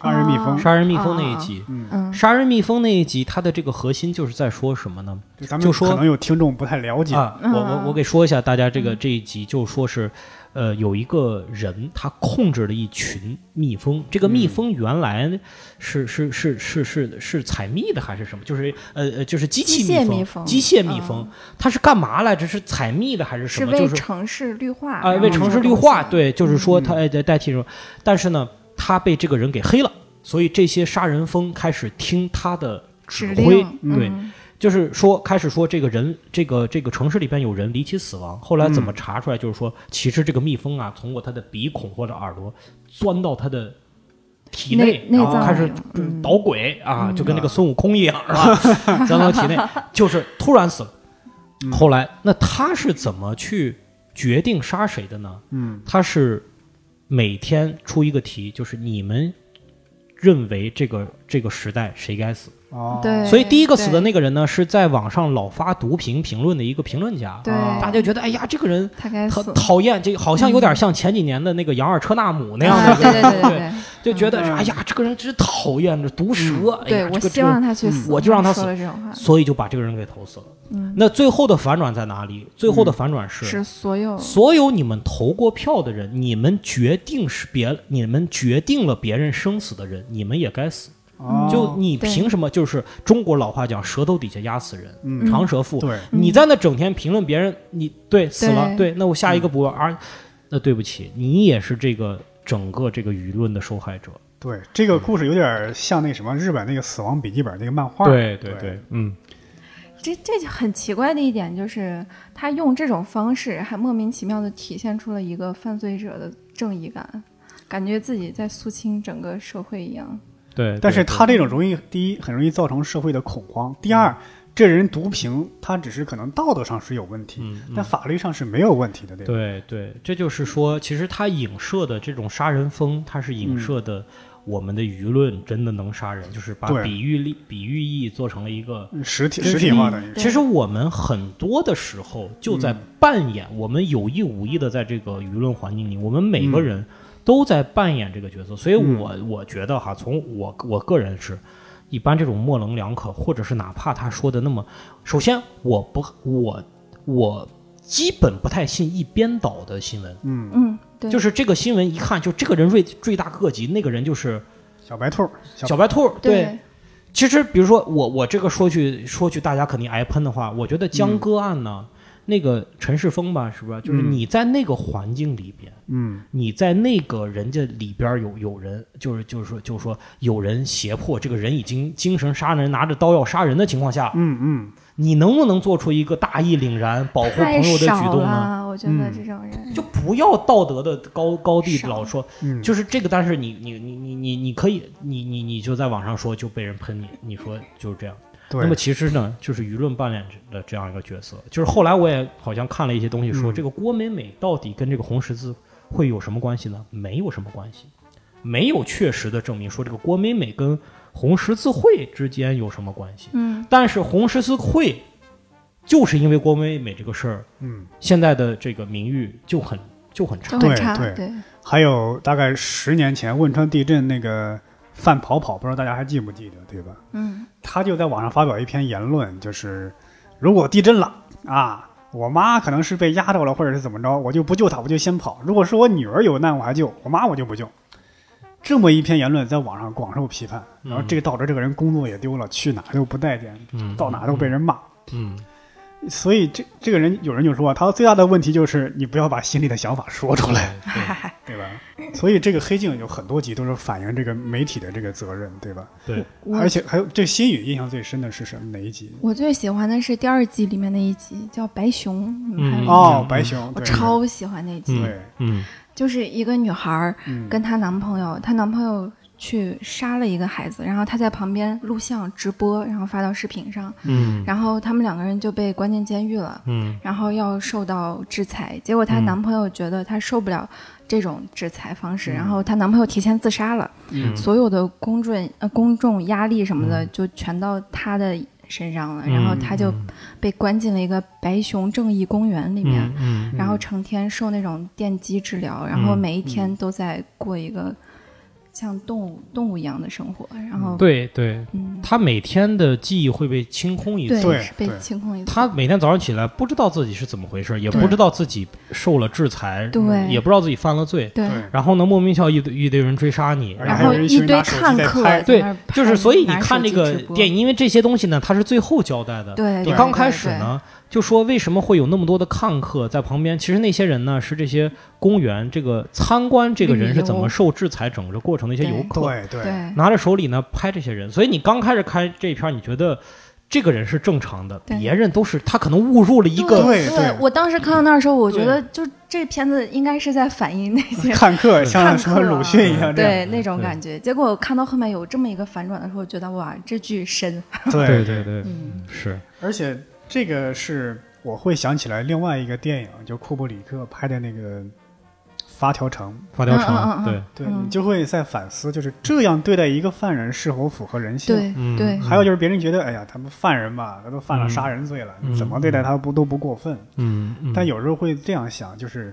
Speaker 1: 杀人蜜蜂，
Speaker 2: 杀人蜜蜂那一
Speaker 3: 啊
Speaker 2: 集。
Speaker 1: 嗯，
Speaker 3: 嗯，
Speaker 2: 杀人蜜蜂那一集，它的这个核心就是在说什么呢？
Speaker 1: 就咱们
Speaker 2: 就说
Speaker 1: 可能有听众不太了解，
Speaker 2: 啊，我我
Speaker 3: 嗯
Speaker 2: 我给说一下大家这个这一集，就说是，呃，有一个人他控制了一群蜜蜂，这个蜜蜂原来是是是是是是采蜜的还是什么？就是呃呃，就是机器
Speaker 3: 机械
Speaker 2: 蜂，
Speaker 3: 蜜蜂嗯
Speaker 2: 机械蜜蜂，它是干嘛来着？是采蜜的还是什
Speaker 3: 是
Speaker 2: 么？就
Speaker 3: 为
Speaker 2: 是
Speaker 3: 城市绿化
Speaker 2: 啊，
Speaker 3: 然
Speaker 2: 为
Speaker 3: 后
Speaker 2: 城
Speaker 3: 这
Speaker 2: 市
Speaker 3: 个
Speaker 2: 绿
Speaker 3: 东
Speaker 2: 化，
Speaker 3: 西，嗯
Speaker 2: 对，就是说他呃代代替什么，但是呢，他被这个人给黑了，所以这些杀人蜂开始听他的指
Speaker 3: 指
Speaker 2: 挥，
Speaker 3: 令
Speaker 2: 对，
Speaker 3: 嗯
Speaker 2: 就是说开始说这个人，这个这个城市里边有人离奇死亡，后来怎么查出来？就是说，其实这个蜜蜂啊，通过它的鼻孔或者耳朵钻到它的体内
Speaker 3: 内，内
Speaker 2: 然后
Speaker 1: 脏
Speaker 2: 开
Speaker 1: 里
Speaker 2: 始
Speaker 3: 头
Speaker 2: 就是
Speaker 3: 嗯啊
Speaker 2: 捣鬼啊，就跟那个孙悟空一样，是 吧？钻到体 内，就是突然死了。
Speaker 1: 嗯
Speaker 2: 后来，那他是怎么去决定杀谁的呢？
Speaker 1: 嗯，
Speaker 2: 他是每天出一个题，就是你们认为这个这个时代谁该死？
Speaker 1: 哦，
Speaker 3: 对
Speaker 2: 所以第一个死的
Speaker 3: 对
Speaker 2: 那个人呢，是在网上老发毒评评论的一个评论家，
Speaker 3: 对，
Speaker 1: 啊
Speaker 2: 大家觉得哎呀，这个人
Speaker 3: 他该
Speaker 2: 讨
Speaker 3: 死。
Speaker 2: 讨厌，这好像有点像前几年的那个杨尔车纳姆那样
Speaker 3: 啊
Speaker 2: 的一个
Speaker 3: 对
Speaker 2: 人，
Speaker 3: 对对
Speaker 2: 对哎就
Speaker 3: 对
Speaker 2: 觉得
Speaker 1: 嗯
Speaker 2: 哎呀，这个人真讨厌，这毒蛇，哎呀
Speaker 3: 对，，我
Speaker 2: 这个
Speaker 3: 希
Speaker 2: 这个
Speaker 3: 望他去
Speaker 1: 嗯
Speaker 3: 死，
Speaker 2: 我就让他
Speaker 3: 说
Speaker 2: 死
Speaker 3: 了这种话，
Speaker 2: 所以就把这个人给投死了。
Speaker 3: 嗯，
Speaker 2: 那最后的反转在哪里？最后的反转是。
Speaker 3: 是所有
Speaker 2: 所有你们投过票的人，你们决定是别，你们决定了别人生死的人，你们也该死。
Speaker 1: 哦
Speaker 2: 就你
Speaker 3: 对
Speaker 2: 凭什么？就是中国老话讲，舌头底下压死人，
Speaker 1: 嗯
Speaker 2: 长舌妇。
Speaker 1: 对，
Speaker 2: 你在那整天评论别人，你对死了，
Speaker 3: 对嗯
Speaker 2: 对，那我下一个不玩啊，那对不起，你也是这个整个这个舆论的受害者。
Speaker 1: 对，这个故事有点像那什么日本那个《死亡笔记本》那个漫画。对，，
Speaker 2: 嗯，
Speaker 3: 这这就很奇怪的一点就是，他用这种方式还莫名其妙的体现出了一个犯罪者的正义感，感觉自己在肃清整个社会一样。
Speaker 2: 对
Speaker 1: 但是他这种容易，第一很容易造成社会的恐慌，第
Speaker 2: 嗯
Speaker 1: 二，这人毒评他只是可能道德上是有问题，
Speaker 2: 嗯，
Speaker 1: 但法律上是没有问题的，对吧？
Speaker 2: 对对，这就是说，其实它影射的这种杀人风，它是
Speaker 1: 嗯
Speaker 2: 影射的我们的舆论真的能杀人，就是把
Speaker 1: 对
Speaker 2: 比喻力、比喻意做成了一个。
Speaker 1: 嗯实体
Speaker 2: 真
Speaker 1: 实
Speaker 2: 实
Speaker 1: 体化的，嗯
Speaker 3: 对
Speaker 2: 其实我们很多的时候就在扮演，我们有意无意的在这个舆论环境里，我们每个人都在扮演这个角色。所以
Speaker 1: 嗯
Speaker 2: 我我觉得哈，从我我个人是。一般这种模棱两可，或者是哪怕他说的那么，首先我不我我基本不太信一边倒的新闻，
Speaker 1: 嗯，
Speaker 3: 嗯，对，
Speaker 2: 就是是这个新闻一看，就这个人罪罪大恶极，那个人就是
Speaker 1: 小白兔，小
Speaker 2: 小白兔，
Speaker 3: 对，
Speaker 2: 其实，比如说我我这个说句说句大家肯定挨喷的话，我觉得
Speaker 3: 嗯
Speaker 2: 江歌案呢，那个陈世峰吧，是不是？就是
Speaker 1: 嗯
Speaker 2: 你在那个环境里边，
Speaker 1: 嗯
Speaker 2: 你在那个人家里边儿有有人，就是就是说就是说有人胁迫这个人已经精神杀人，拿着刀要杀人的情况下，
Speaker 1: 嗯嗯，
Speaker 2: 你能不能做出一个大义凛然、保护朋
Speaker 3: 太
Speaker 2: 友的举
Speaker 3: 少
Speaker 2: 动啊呢？
Speaker 3: 了，我觉得
Speaker 1: 嗯
Speaker 3: 这种人
Speaker 2: 就不要道德的高高地
Speaker 3: 少
Speaker 2: 老说，
Speaker 1: 嗯
Speaker 2: 就是这个。但是你你你你你你可以，你你你就在网上说就被人喷你，你说就是这样。那么
Speaker 1: 对，
Speaker 2: 其实呢，就是舆论扮演的这样一个角色。就是后来我也好像看了一些东西说，
Speaker 1: 嗯
Speaker 2: 这个郭美美到底跟这个红十字会有什么关系呢？没有什么关系，没有确实的证明说这个郭美美跟红十字会之间有什么关系。
Speaker 3: 嗯，
Speaker 2: 但是红十字会就是因为郭美美这个事儿，
Speaker 1: 嗯，
Speaker 2: 现在的这个名誉就很就很差
Speaker 3: 都。很
Speaker 1: 对
Speaker 3: 差，
Speaker 1: 对
Speaker 3: 对，
Speaker 1: 还有大概十年前汶川地震那个范跑跑，不知道大家还记不记得，对吧？
Speaker 3: 嗯，
Speaker 1: 他就在网上发表一篇言论，就是如果地震了啊，我妈可能是被压着了，或者是怎么着，我就不救她，我就先跑。如果是我女儿有难，我还救；我妈我就不救。这么一篇言论在网上广受批判，然后这个导致这个人工作也丢了，去哪儿都不待见，
Speaker 2: 嗯，
Speaker 1: 到哪都被人骂。
Speaker 2: 嗯，
Speaker 1: 所以这这个人，有人就说，他最大的问题就是你不要把心里的想法说出来，
Speaker 2: 对对
Speaker 1: 对吧？所以这个黑镜有很多集都是反映这个媒体的这个责任，对吧？
Speaker 2: 对，
Speaker 3: 我
Speaker 1: 而且还有这个心语印象最深的是什么？哪一集？
Speaker 3: 我最喜欢的是第二季里面那一集，叫白熊，你们还有
Speaker 2: 嗯
Speaker 3: 没有
Speaker 1: 哦，白熊，
Speaker 3: 我
Speaker 1: 对
Speaker 3: 超喜欢那集，
Speaker 1: 对，
Speaker 2: 嗯
Speaker 3: 就是一个女孩儿
Speaker 1: 嗯，
Speaker 3: 跟她男朋友，她男朋友去杀了一个孩子，然后她在旁边录像直播，然后发到视频上，
Speaker 2: 嗯
Speaker 3: 然后他们两个人就被关进监狱了。
Speaker 2: 嗯
Speaker 3: 然后要受到制裁，结果她
Speaker 2: 嗯
Speaker 3: 男朋友觉得她受不了这种制裁方式，
Speaker 1: 嗯
Speaker 3: 然后她男朋友提前自杀了，
Speaker 2: 嗯
Speaker 3: 所有的公众呃公众压力什么的就全到她的身上了，
Speaker 2: 嗯
Speaker 3: 然后她就被关进了一个白熊正义公园里
Speaker 1: 哎
Speaker 3: 面，
Speaker 2: 嗯嗯
Speaker 3: 然后成天受那种电击治疗，然后每一天都在过一个像动物动物一样的生活，然后
Speaker 2: 对对，
Speaker 3: 嗯，
Speaker 2: 他每天的记忆会被清空一次。
Speaker 1: 对
Speaker 3: 是嗯被
Speaker 1: 对
Speaker 3: 清空一次，
Speaker 2: 他每天早上起来不知道自己是怎么回事，也
Speaker 1: 对
Speaker 2: 不知道自己受了制裁，
Speaker 3: 对
Speaker 2: 也不知道自己犯了罪，
Speaker 3: 对，
Speaker 1: 对
Speaker 2: 然后呢，莫名其妙一堆一堆人追杀你，
Speaker 1: 而且
Speaker 2: 然
Speaker 3: 然
Speaker 1: 还有
Speaker 3: 后
Speaker 1: 人
Speaker 3: 一
Speaker 1: 群
Speaker 3: 堆
Speaker 1: 拿手机
Speaker 3: 看
Speaker 1: 在
Speaker 3: 客
Speaker 1: 拍
Speaker 2: 对
Speaker 3: 在那儿拍
Speaker 2: 就是，所以你看这
Speaker 3: 拿手
Speaker 2: 个
Speaker 3: 机直播
Speaker 2: 电影，因为这些东西呢，它是最后交代的。
Speaker 3: 对，
Speaker 2: 你
Speaker 3: 对
Speaker 2: 刚开始，呢，就说为什么会有那么多的看客在旁边？其实那些人呢，是这些公园这个参观这个人是怎么受制裁整个过程的一些游客，
Speaker 1: 对对
Speaker 3: 对对对
Speaker 2: 拿着手里呢拍这些人。所以你刚开始看这一篇，你觉得这个人是正常的，
Speaker 3: 对
Speaker 2: 别人都是他可能误入了一个
Speaker 1: 对对
Speaker 3: 我当时看到那儿的时候，我觉
Speaker 2: 对
Speaker 3: 得就这片子应该是在 反映那些
Speaker 1: 看客
Speaker 2: 对
Speaker 1: 像
Speaker 3: 看
Speaker 1: 什么
Speaker 3: 客啊
Speaker 1: 鲁迅一样这样，
Speaker 3: 对那种感觉。结果看到后面有这么一个反转的时候，我觉得哇，这剧深。
Speaker 1: 对，
Speaker 2: 对对，
Speaker 3: 嗯，
Speaker 2: 是，
Speaker 1: 而且这个是我会想起来另外一个电影，就库布里克拍的那个《发条城》，
Speaker 2: 发条城，
Speaker 3: 嗯嗯嗯嗯
Speaker 1: 对、
Speaker 2: 对，
Speaker 3: 嗯
Speaker 1: 你就会在反思，就是这样对待一个犯人是否符合人性？
Speaker 3: 对
Speaker 2: 嗯
Speaker 3: 对，
Speaker 1: 还有就是别人觉得，哎呀，他们犯人嘛，他都犯了
Speaker 2: 嗯
Speaker 1: 杀人罪了，
Speaker 2: 嗯
Speaker 1: 你怎么对待他不都不过分？
Speaker 2: 嗯，嗯
Speaker 1: 但有时候会这样想，就是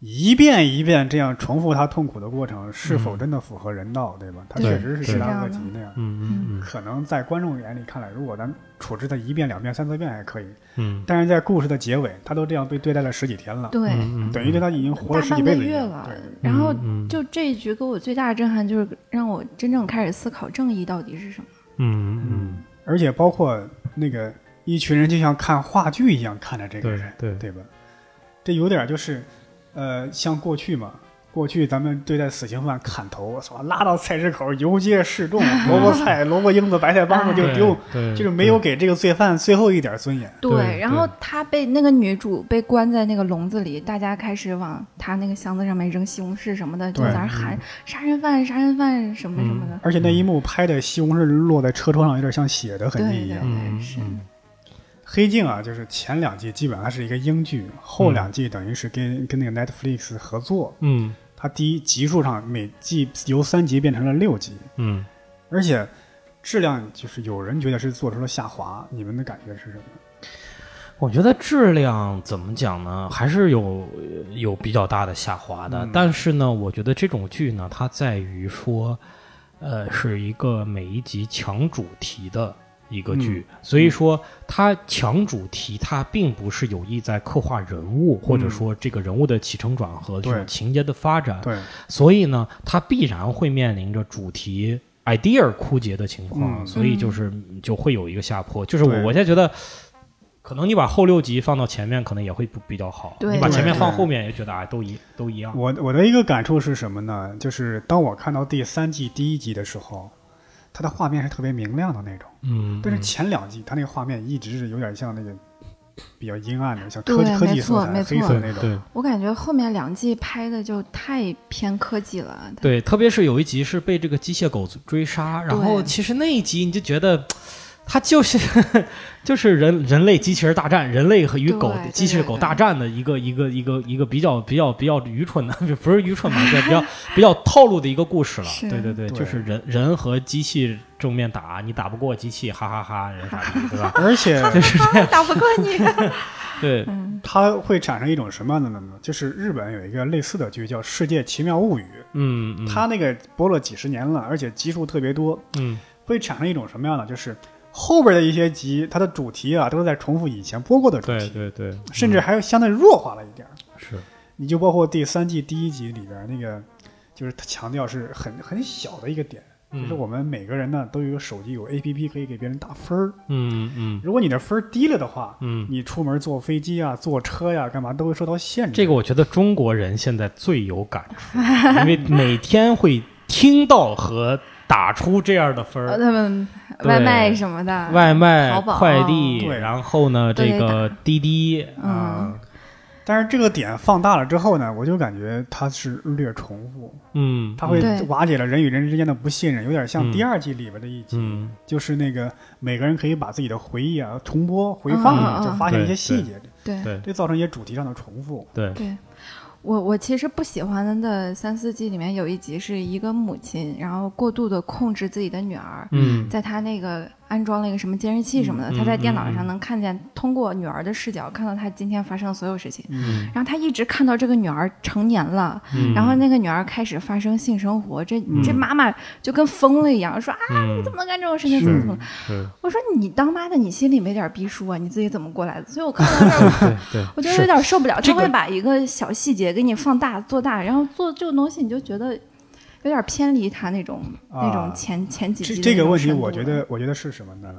Speaker 1: 一遍一遍这样重复他痛苦的过程，是否
Speaker 2: 嗯
Speaker 1: 真的符合人道，对吧？他
Speaker 2: 对
Speaker 1: 确实是
Speaker 2: 对
Speaker 1: 罪大恶极那样。
Speaker 2: 嗯嗯
Speaker 1: 可能在观众眼里看来，如果咱处置他一遍、两遍、三四遍还可以，
Speaker 2: 嗯
Speaker 1: 但是在故事的结尾，他都这样被对待了十几天了，
Speaker 3: 对，
Speaker 2: 嗯，
Speaker 1: 等于对他已经活
Speaker 3: 大
Speaker 1: 了十
Speaker 3: 半
Speaker 1: 几
Speaker 3: 个
Speaker 1: 辈子一
Speaker 3: 月
Speaker 1: 样
Speaker 3: 了
Speaker 1: 对。
Speaker 3: 然后
Speaker 2: 嗯
Speaker 3: 就这一局给我最大的震撼就是让我真正开始思考正义到底是什么。
Speaker 2: 嗯
Speaker 1: 而且包括那个一群人就像看话剧一样看着这
Speaker 2: 嗯，
Speaker 1: 个
Speaker 2: 对
Speaker 1: 人，
Speaker 2: 对
Speaker 1: 对吧？这有点就是，呃，像过去嘛，过去咱们对待死刑犯砍头，操，拉到菜市口游街示众，萝卜菜、萝卜缨子、白菜帮子就
Speaker 2: 哎
Speaker 1: 丢，，就是没有给这个罪犯最后一点尊严。
Speaker 3: 对，
Speaker 2: 对
Speaker 3: 然后
Speaker 2: 对
Speaker 3: 她被那个女主被关在那个笼子里，大家开始往她那个箱子上面扔西红柿什么的，就
Speaker 1: 对
Speaker 3: 在那儿
Speaker 2: 嗯
Speaker 3: 喊杀人犯、杀人犯什么什么的。
Speaker 1: 而且那一幕拍的西红柿落在车窗上，有点像血的痕迹一样。
Speaker 2: 嗯
Speaker 1: 黑镜啊，就是前两季基本上它是一个英剧，后两季等于是跟、跟那个 Netflix 合作，
Speaker 2: 嗯
Speaker 1: 它第一集数上每季由三集变成了六集，
Speaker 2: 嗯，
Speaker 1: 而且质量就是有人觉得是做出了下滑，你们的感觉是什么？
Speaker 2: 我觉得质量怎么讲呢，还是有有比较大的下滑的。
Speaker 1: 嗯
Speaker 2: 但是呢，我觉得这种剧呢，它在于说，呃，是一个每一集强主题的一个剧，
Speaker 1: 嗯
Speaker 2: 所以说它强主题，它并不是有意在刻画人物，或者
Speaker 1: 嗯
Speaker 2: 说这个人物的起承转合、这种
Speaker 1: 对
Speaker 2: 啊情节的发展，
Speaker 1: 对，
Speaker 2: 所以呢，它必然会面临着主题 idea 枯竭的情况，
Speaker 1: 嗯
Speaker 2: 所以就是就会有一个下坡。就是我
Speaker 1: 对
Speaker 2: 我现在觉得，可能你把后六集放到前面，可能也会不比较好。
Speaker 3: 对
Speaker 2: 你把前面
Speaker 1: 对
Speaker 2: 放后面，也觉得哎，都一都一样。
Speaker 1: 我我的一个感触是什么呢？就是当我看到第三季第一集的时候，它的画面是特别明亮的那种，
Speaker 2: 嗯，
Speaker 1: 但是前两季它那个画面一直是有点像那个比较阴暗的，像
Speaker 3: 对
Speaker 1: 科技科技
Speaker 3: 没错
Speaker 1: 色彩、
Speaker 3: 没
Speaker 1: 黑色
Speaker 3: 错
Speaker 2: 对
Speaker 1: 那种。
Speaker 2: 对
Speaker 3: 我感觉后面两季拍的就太偏科技了。
Speaker 2: 对，特别是有一集是被这个机械狗追杀，然后
Speaker 3: 对
Speaker 2: 其实那一集你就觉得。它就是 就是人人类机器人大战，人类和与狗
Speaker 3: 对对
Speaker 2: 机器狗大战的一个一个一个一个比较比较比较愚蠢的， 不是愚蠢吧，对，比较比较套路的一个故事了。
Speaker 3: 是
Speaker 2: 对对对，
Speaker 1: 对？
Speaker 2: 就是人人和机器正面打，你打不过机器，哈哈哈，人傻 逼，对吧
Speaker 1: 而且
Speaker 3: 啊打不过你。
Speaker 2: 对，
Speaker 3: 嗯，
Speaker 1: 它会产生一种什么样的呢？就是日本有一个类似的剧叫《世界奇妙物语》，
Speaker 2: 嗯嗯，
Speaker 1: 它那个播了几十年了，而且集数特别多，
Speaker 2: 嗯
Speaker 1: 会产生一种什么样的？就是后边的一些集，它的主题啊都是在重复以前播过的主
Speaker 2: 对
Speaker 1: 题，
Speaker 2: 对对，
Speaker 1: 甚至
Speaker 2: 嗯
Speaker 1: 还有相对弱化了一点儿。
Speaker 2: 是
Speaker 1: 你就包括第三季第一集里边儿那个，就是他强调是很很小的一个点，就是
Speaker 2: 嗯
Speaker 1: 我们每个人呢都有一个手机，有 APP 可以给别人打分儿。
Speaker 2: 嗯嗯
Speaker 1: 如果你的分儿低了的话，
Speaker 2: 嗯，
Speaker 1: 你出门坐飞机啊、坐车呀、干嘛都会受到限制。
Speaker 2: 这个我觉得中国人现在最有感触，因为每天会听到和打出这样的分
Speaker 3: 呃
Speaker 2: 儿，
Speaker 3: 他们
Speaker 2: 对
Speaker 3: 外卖什么的，
Speaker 2: 外卖
Speaker 3: 呃淘、宝
Speaker 2: 快递，
Speaker 1: 对
Speaker 2: 然后呢，
Speaker 3: 都得
Speaker 2: 这个滴滴，
Speaker 3: 嗯
Speaker 1: 啊、但是这个点放大了之后呢，我就感觉它是略重复，
Speaker 2: 嗯，
Speaker 1: 它会
Speaker 3: 对
Speaker 1: 瓦解了人与人之间的不信任，有点像
Speaker 2: 嗯
Speaker 1: 第二季里边的一集，
Speaker 2: 嗯，
Speaker 1: 就是那个每个人可以把自己的回忆啊重播、回放啊，
Speaker 3: 嗯嗯嗯
Speaker 1: 就发现一些
Speaker 2: 对
Speaker 1: 细节，
Speaker 3: 对
Speaker 2: 对
Speaker 1: 这造成一些主题上的重复。
Speaker 2: 对，
Speaker 3: 对，我我其实不喜欢的三四季里面有一集是一个母亲，然后过度的控制自己的女儿，
Speaker 2: 嗯
Speaker 3: 在她那个安装了一个什么监视器什么的，
Speaker 2: 嗯
Speaker 3: 她在
Speaker 2: 嗯
Speaker 3: 电脑
Speaker 2: 嗯
Speaker 3: 上能看见，通过女儿的视角看到她今天发生的所有事情。
Speaker 2: 嗯
Speaker 3: 然后她一直看到这个女儿成年了，
Speaker 2: 嗯，
Speaker 3: 然后那个女儿开始发生性生活，这、这
Speaker 2: 嗯
Speaker 3: 妈妈就跟疯了一样，说啊
Speaker 2: 嗯
Speaker 3: 怎么能干这种事情，
Speaker 1: 是
Speaker 3: 怎么怎么了？
Speaker 2: 是，
Speaker 3: 我说你当妈的，你心里没点逼数啊？你自己怎么过来的？所以我看到这儿，我
Speaker 2: 对对，
Speaker 3: 我觉得
Speaker 2: 是
Speaker 3: 有点受不了，
Speaker 2: 这
Speaker 3: 他
Speaker 2: 个
Speaker 3: 会把一个小细节给你放大做大，然后做这种东西你就觉得有点偏离他那种、那
Speaker 1: 啊
Speaker 3: 种前前几
Speaker 1: 这
Speaker 3: 集的啊
Speaker 1: 这
Speaker 3: 那
Speaker 1: 个
Speaker 3: 种
Speaker 1: 问题，
Speaker 3: 深度
Speaker 1: 我觉
Speaker 3: 了
Speaker 1: 得我觉得是什么呢？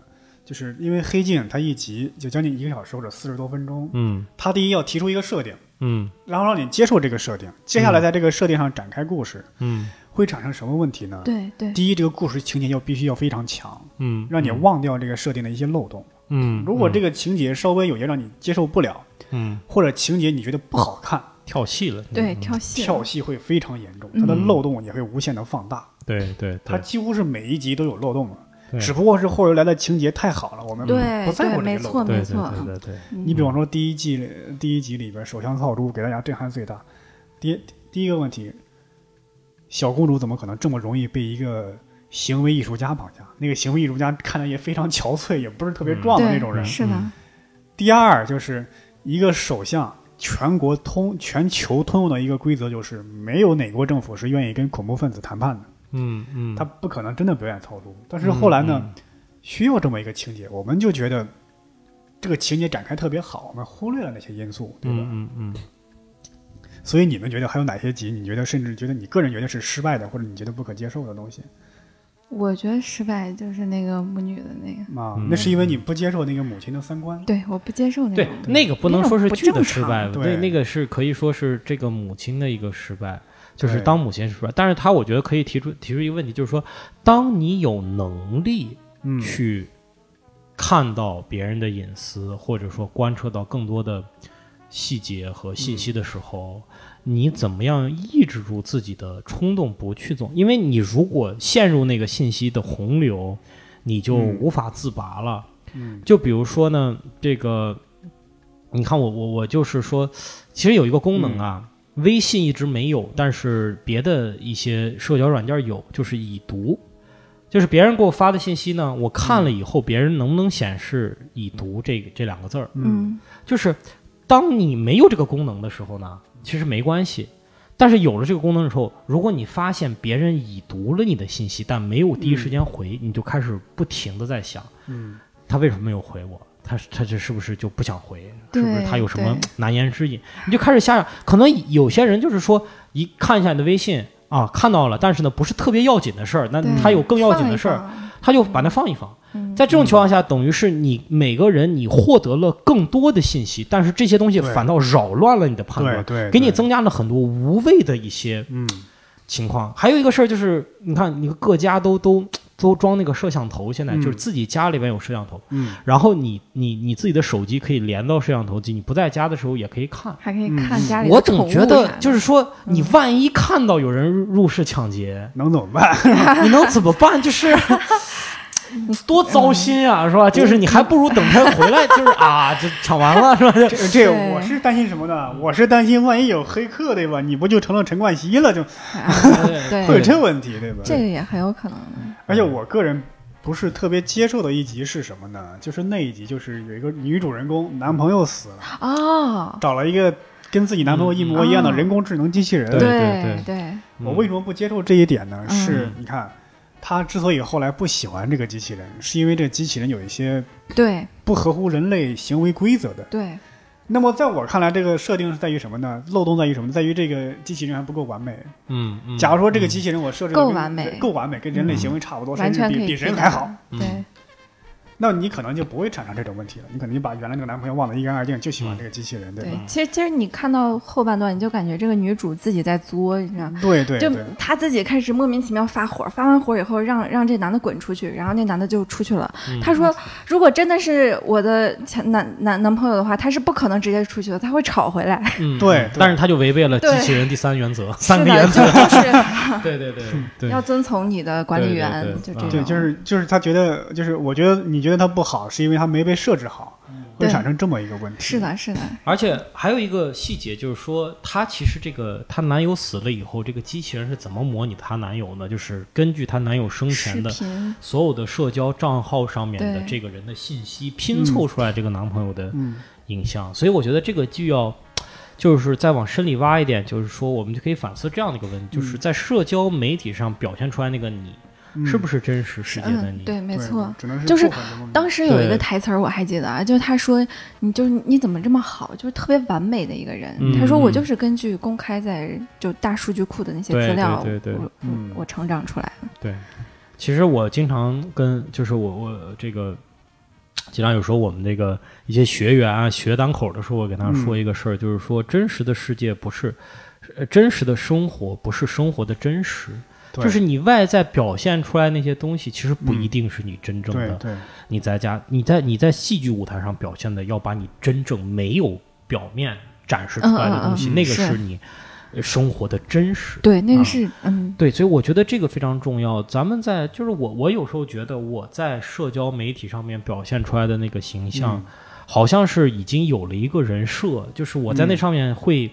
Speaker 1: 就是因为《黑镜》它一集就将近一个小时或者四十多分钟，
Speaker 2: 嗯
Speaker 1: 它第一要提出一个设定，
Speaker 2: 嗯
Speaker 1: 然后让你接受这个设定，接下来在这个设定上展开故事，
Speaker 2: 嗯
Speaker 1: 会产生什么问题呢？
Speaker 3: 对对
Speaker 1: 第一，这个故事情节要必须要非常强，
Speaker 2: 嗯，
Speaker 1: 让你忘掉这个设定的一些漏洞。
Speaker 2: 嗯，
Speaker 1: 如果这
Speaker 2: 个
Speaker 1: 个情节稍微有些让你接受不了，
Speaker 2: 嗯
Speaker 1: 或者情节你觉得不好看，
Speaker 2: 跳戏了，
Speaker 3: 对
Speaker 2: 嗯
Speaker 3: 跳戏了
Speaker 1: 跳戏会非常严重，它的
Speaker 2: 嗯
Speaker 1: 漏洞也会无限的放大。
Speaker 2: 对对
Speaker 1: 它
Speaker 2: 对，
Speaker 1: 几乎是每一集都有漏洞的，
Speaker 2: 对
Speaker 1: 只不过是后来的情节太好了，我们
Speaker 3: 对
Speaker 1: 不在乎
Speaker 3: 对
Speaker 1: 这
Speaker 3: 没
Speaker 1: 个漏
Speaker 3: 错
Speaker 1: 洞。
Speaker 2: 对
Speaker 3: 没错
Speaker 2: 对对对对，
Speaker 1: 你比方说第一季第一集里边手枪套珠给大家震撼最大，第第一个问题，小公主怎么可能这么容易被一个行为艺术家绑架？那个行为艺术家看着也非常憔悴，也不是特别壮的
Speaker 3: 对
Speaker 1: 那种人。
Speaker 3: 是的，
Speaker 2: 嗯
Speaker 1: 第二就是一个首相。全国通全球通用的一个规则就是，没有哪国政府是愿意跟恐怖分子谈判的。
Speaker 2: 嗯嗯，
Speaker 1: 他不可能真的表演套路。但是后来呢，
Speaker 2: 嗯
Speaker 1: 需要这么一个情节，我们就觉得这个情节展开特别好，我们忽略了那些因素，对吧？
Speaker 2: 嗯嗯
Speaker 1: 所以你们觉得还有哪些集？你觉得甚至觉得你个人觉得是失败的，或者你觉得不可接受的东西
Speaker 3: 我觉得失败就是那个母女的那个，
Speaker 1: 啊？
Speaker 2: 嗯
Speaker 1: 那是因为你不接受那个母亲的三观。
Speaker 3: 对，我不接受
Speaker 2: 嗯，
Speaker 3: 那种
Speaker 2: 对，那个不能说是剧的失败
Speaker 1: 那种
Speaker 2: 吧，
Speaker 1: 不正常对
Speaker 2: 那那个是可以说是这个母亲的一个失败，就是
Speaker 1: 对
Speaker 2: 当母亲失败。但是他我觉得可以提出提出一个问题，就是说，当你有能力
Speaker 1: 嗯，
Speaker 2: 去看到别人的隐私，或者说观测到更多的细节和
Speaker 1: 嗯
Speaker 2: 信息的时候，你怎么样抑制住自己的冲动不去做？因为你如果陷入那个信息的洪流，你就
Speaker 1: 嗯
Speaker 2: 无法自拔了。
Speaker 1: 嗯
Speaker 2: 就比如说呢，这个，你看我我我就是说，其实有一个功能啊，微信一直没有，但是别的一些社交软件有，就是已读，就是别人给我发的信息呢，我看了以后，别人能不能显示已读这个这两个字儿？
Speaker 1: 嗯
Speaker 3: 嗯
Speaker 2: 就是当你没有这个功能的时候呢，其实没关系。但是有了这个功能之后，如果你发现别人已读了你的信息，但没有第一时间回，你就开始不停的在想，
Speaker 1: 嗯
Speaker 2: 他为什么没有回我？他他这是不是就不想回？是
Speaker 3: 对
Speaker 2: 不是他有什么
Speaker 3: 对
Speaker 2: 难言之隐？你就开始瞎想，可能有些人就是说，一看一下你的微信，啊，看到了，但是呢，不是特别要紧的事儿，那
Speaker 3: 对
Speaker 2: 他有更要紧的事儿，
Speaker 3: 放一放
Speaker 2: 他就把它放一放。
Speaker 3: 嗯
Speaker 2: 在这种情况下，等于是你每个人你获得了更多的信息，但是这些东西
Speaker 1: 对
Speaker 2: 反倒扰乱了你的判
Speaker 1: 对
Speaker 2: 断，
Speaker 1: 对，
Speaker 2: 给你
Speaker 1: 对
Speaker 2: 增加了很多无谓的一些
Speaker 1: 嗯，
Speaker 2: 情况。还有一个事儿就是，你看，你各家都都都装那个摄像头，现在
Speaker 1: 嗯
Speaker 2: 就是自己家里边有摄像头，
Speaker 1: 嗯，
Speaker 2: 然后你你你自己的手机可以连到摄像头机，你不在家的时候也可以看。
Speaker 3: 还可以看家里的
Speaker 2: 我
Speaker 3: 宠
Speaker 2: 总
Speaker 3: 物
Speaker 2: 觉得
Speaker 3: 啥的嗯
Speaker 2: 就是说，你万一看到有人入室抢 劫，
Speaker 1: 能怎么办？
Speaker 2: 你能怎么办？就是多糟心
Speaker 3: 嗯
Speaker 2: 啊，是吧？就是你还不如等他回来，就是啊，就抢完了，是 吧？就
Speaker 1: 这这
Speaker 3: 对
Speaker 1: 我是担心什么呢？我是担心万一有黑客对吧？你不就成了陈冠希了，就会有
Speaker 3: 对，
Speaker 1: 这问题对吧？
Speaker 3: 这个也很有可能的。
Speaker 1: 而且我个人不是特别接受的一集是什么呢？就是那一集，就是有一个女主人公男朋友死了，
Speaker 3: 哦，
Speaker 1: 找了一个跟自己男朋友一模一样的
Speaker 3: 嗯
Speaker 1: 人工智能机器人。
Speaker 2: 对
Speaker 3: 对
Speaker 2: 对
Speaker 3: 对，
Speaker 1: 我为什么不接受这一点呢？
Speaker 3: 嗯
Speaker 1: 是你看，他之所以后来不喜欢这个机器人，是因为这个机器人有一些
Speaker 3: 对
Speaker 1: 不合乎人类行为规则的。
Speaker 3: 对，
Speaker 1: 那么在我看来，这个设定是在于什么呢？漏洞在于什么？在于这个机器人还不够完美。
Speaker 2: 嗯嗯，
Speaker 1: 假如说这个机器人我设置的
Speaker 3: 够
Speaker 1: 跟
Speaker 3: 完美
Speaker 1: 够完美，跟人类行为差不多，甚
Speaker 3: 完
Speaker 1: 至
Speaker 3: 全可
Speaker 1: 比
Speaker 3: 以
Speaker 1: 比人
Speaker 3: 替代
Speaker 1: 还好，
Speaker 3: 的。
Speaker 2: 嗯
Speaker 3: 对，
Speaker 1: 那你可能就不会产生这种问题了。你可能就把原来那个男朋友忘得一干二净，就喜欢这个机器人，对吧？
Speaker 3: 对，其实其实你看到后半段，你就感觉这个女主自己在作，你知道吗。
Speaker 1: 对对
Speaker 3: 就
Speaker 1: 对，
Speaker 3: 她自己开始莫名其妙发火，发完火以后让让这男的滚出去，然后那男的就出去了。
Speaker 2: 嗯
Speaker 3: 她说，如果真的是我的前男男男朋友的话，他是不可能直接出去的，他会吵回来。
Speaker 2: 嗯
Speaker 1: 对对
Speaker 2: 嗯但是他就违背了机
Speaker 3: 对
Speaker 2: 器人第三原则，三个
Speaker 3: 是的，
Speaker 2: 原 则，
Speaker 3: 就就是
Speaker 2: 对对对对
Speaker 3: 要遵从你的管理员
Speaker 2: 对对，对啊
Speaker 3: 就这种。
Speaker 1: 对，就是就是他觉得，就是我觉得你觉得他不好，是因为他没被设置好，会
Speaker 3: 对
Speaker 1: 产生这么一个问题。
Speaker 3: 是，的，是的，
Speaker 2: 而且还有一个细节，就是说，她其实这个她男友死了以后，这个机器人是怎么模拟她男友呢？就是根据她男友生
Speaker 3: 视
Speaker 2: 前的
Speaker 3: 频
Speaker 2: 所有的社交账号上面的
Speaker 3: 对
Speaker 2: 这个人的信息拼凑出来这个男朋友的
Speaker 1: 嗯
Speaker 2: 影像，所以我觉得这个剧要就是再往深里挖一点，就是说我们就可以反思这样的一个问题，
Speaker 3: 嗯
Speaker 2: 就是在社交媒体上表现出来那个你
Speaker 1: 嗯，
Speaker 2: 是不是真实世界的
Speaker 3: 嗯，
Speaker 2: 你？
Speaker 3: 对，没错。
Speaker 1: 只能是
Speaker 3: 就是
Speaker 1: 部分的问题
Speaker 3: 当时有一
Speaker 2: 对
Speaker 3: 个台词儿我还记得啊，就是他说你就是你怎么这么好，就是特别完美的一个人。
Speaker 2: 嗯
Speaker 3: 他说我
Speaker 2: 嗯
Speaker 3: 就是根据公开在就大数据库的那些
Speaker 2: 对
Speaker 3: 资料，
Speaker 2: 对对对
Speaker 3: 我我
Speaker 1: 嗯
Speaker 3: 我成长出来了。
Speaker 2: 对，其实我经常跟就是我我这个，经常有时候我们这个一些学员啊学单口的时候，我给他说一个事儿，就是说真实的世界不是，呃，真实的生活不是生活的真实，
Speaker 1: 对
Speaker 2: 就是你外在表现出来那些东西，其实不
Speaker 1: 嗯
Speaker 2: 一定是你真正
Speaker 1: 对
Speaker 2: 的。
Speaker 1: 对，
Speaker 2: 你在家，你在你在戏剧舞台上表现的，要把你真正没有表面展示出来的东
Speaker 1: 嗯
Speaker 2: 西，
Speaker 1: 嗯嗯
Speaker 2: 那个
Speaker 3: 是
Speaker 2: 是你呃生活的真实。
Speaker 3: 对，那
Speaker 2: 啊
Speaker 3: 个是嗯，
Speaker 2: 对，所以我觉得这个非常重要。咱们在就是我，我有时候觉得我在社交媒体上面表现出来的那个形象，
Speaker 1: 嗯
Speaker 2: 好像是已经有了一个人设，就是我在
Speaker 1: 嗯
Speaker 2: 那上面会。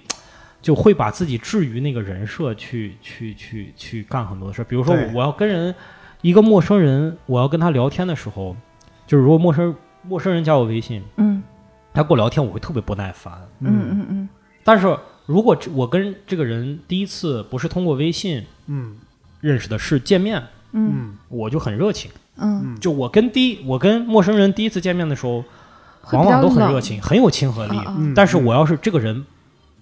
Speaker 2: 就会把自己置于那个人设去去去去干很多事儿，比如说我
Speaker 1: 对
Speaker 2: 我要跟人一个陌生人，我要跟他聊天的时候，就是如果陌生陌生人加我微信，
Speaker 3: 嗯
Speaker 2: 他跟我聊天，我会特别不耐烦。
Speaker 3: 嗯嗯嗯，
Speaker 2: 但是如果这我跟这个人第一次不是通过微信
Speaker 1: 嗯
Speaker 2: 认识的，是见面，
Speaker 3: 嗯
Speaker 1: 嗯
Speaker 2: 我就很热情。
Speaker 3: 嗯，
Speaker 1: 嗯，
Speaker 2: 就我跟第一，我跟陌生人第一次见面的时候，
Speaker 3: 会
Speaker 2: 往
Speaker 3: 比较
Speaker 2: 往都很
Speaker 3: 冷
Speaker 2: 热情，很有亲和力。
Speaker 3: 啊啊
Speaker 1: 嗯
Speaker 2: 但是我要是这个人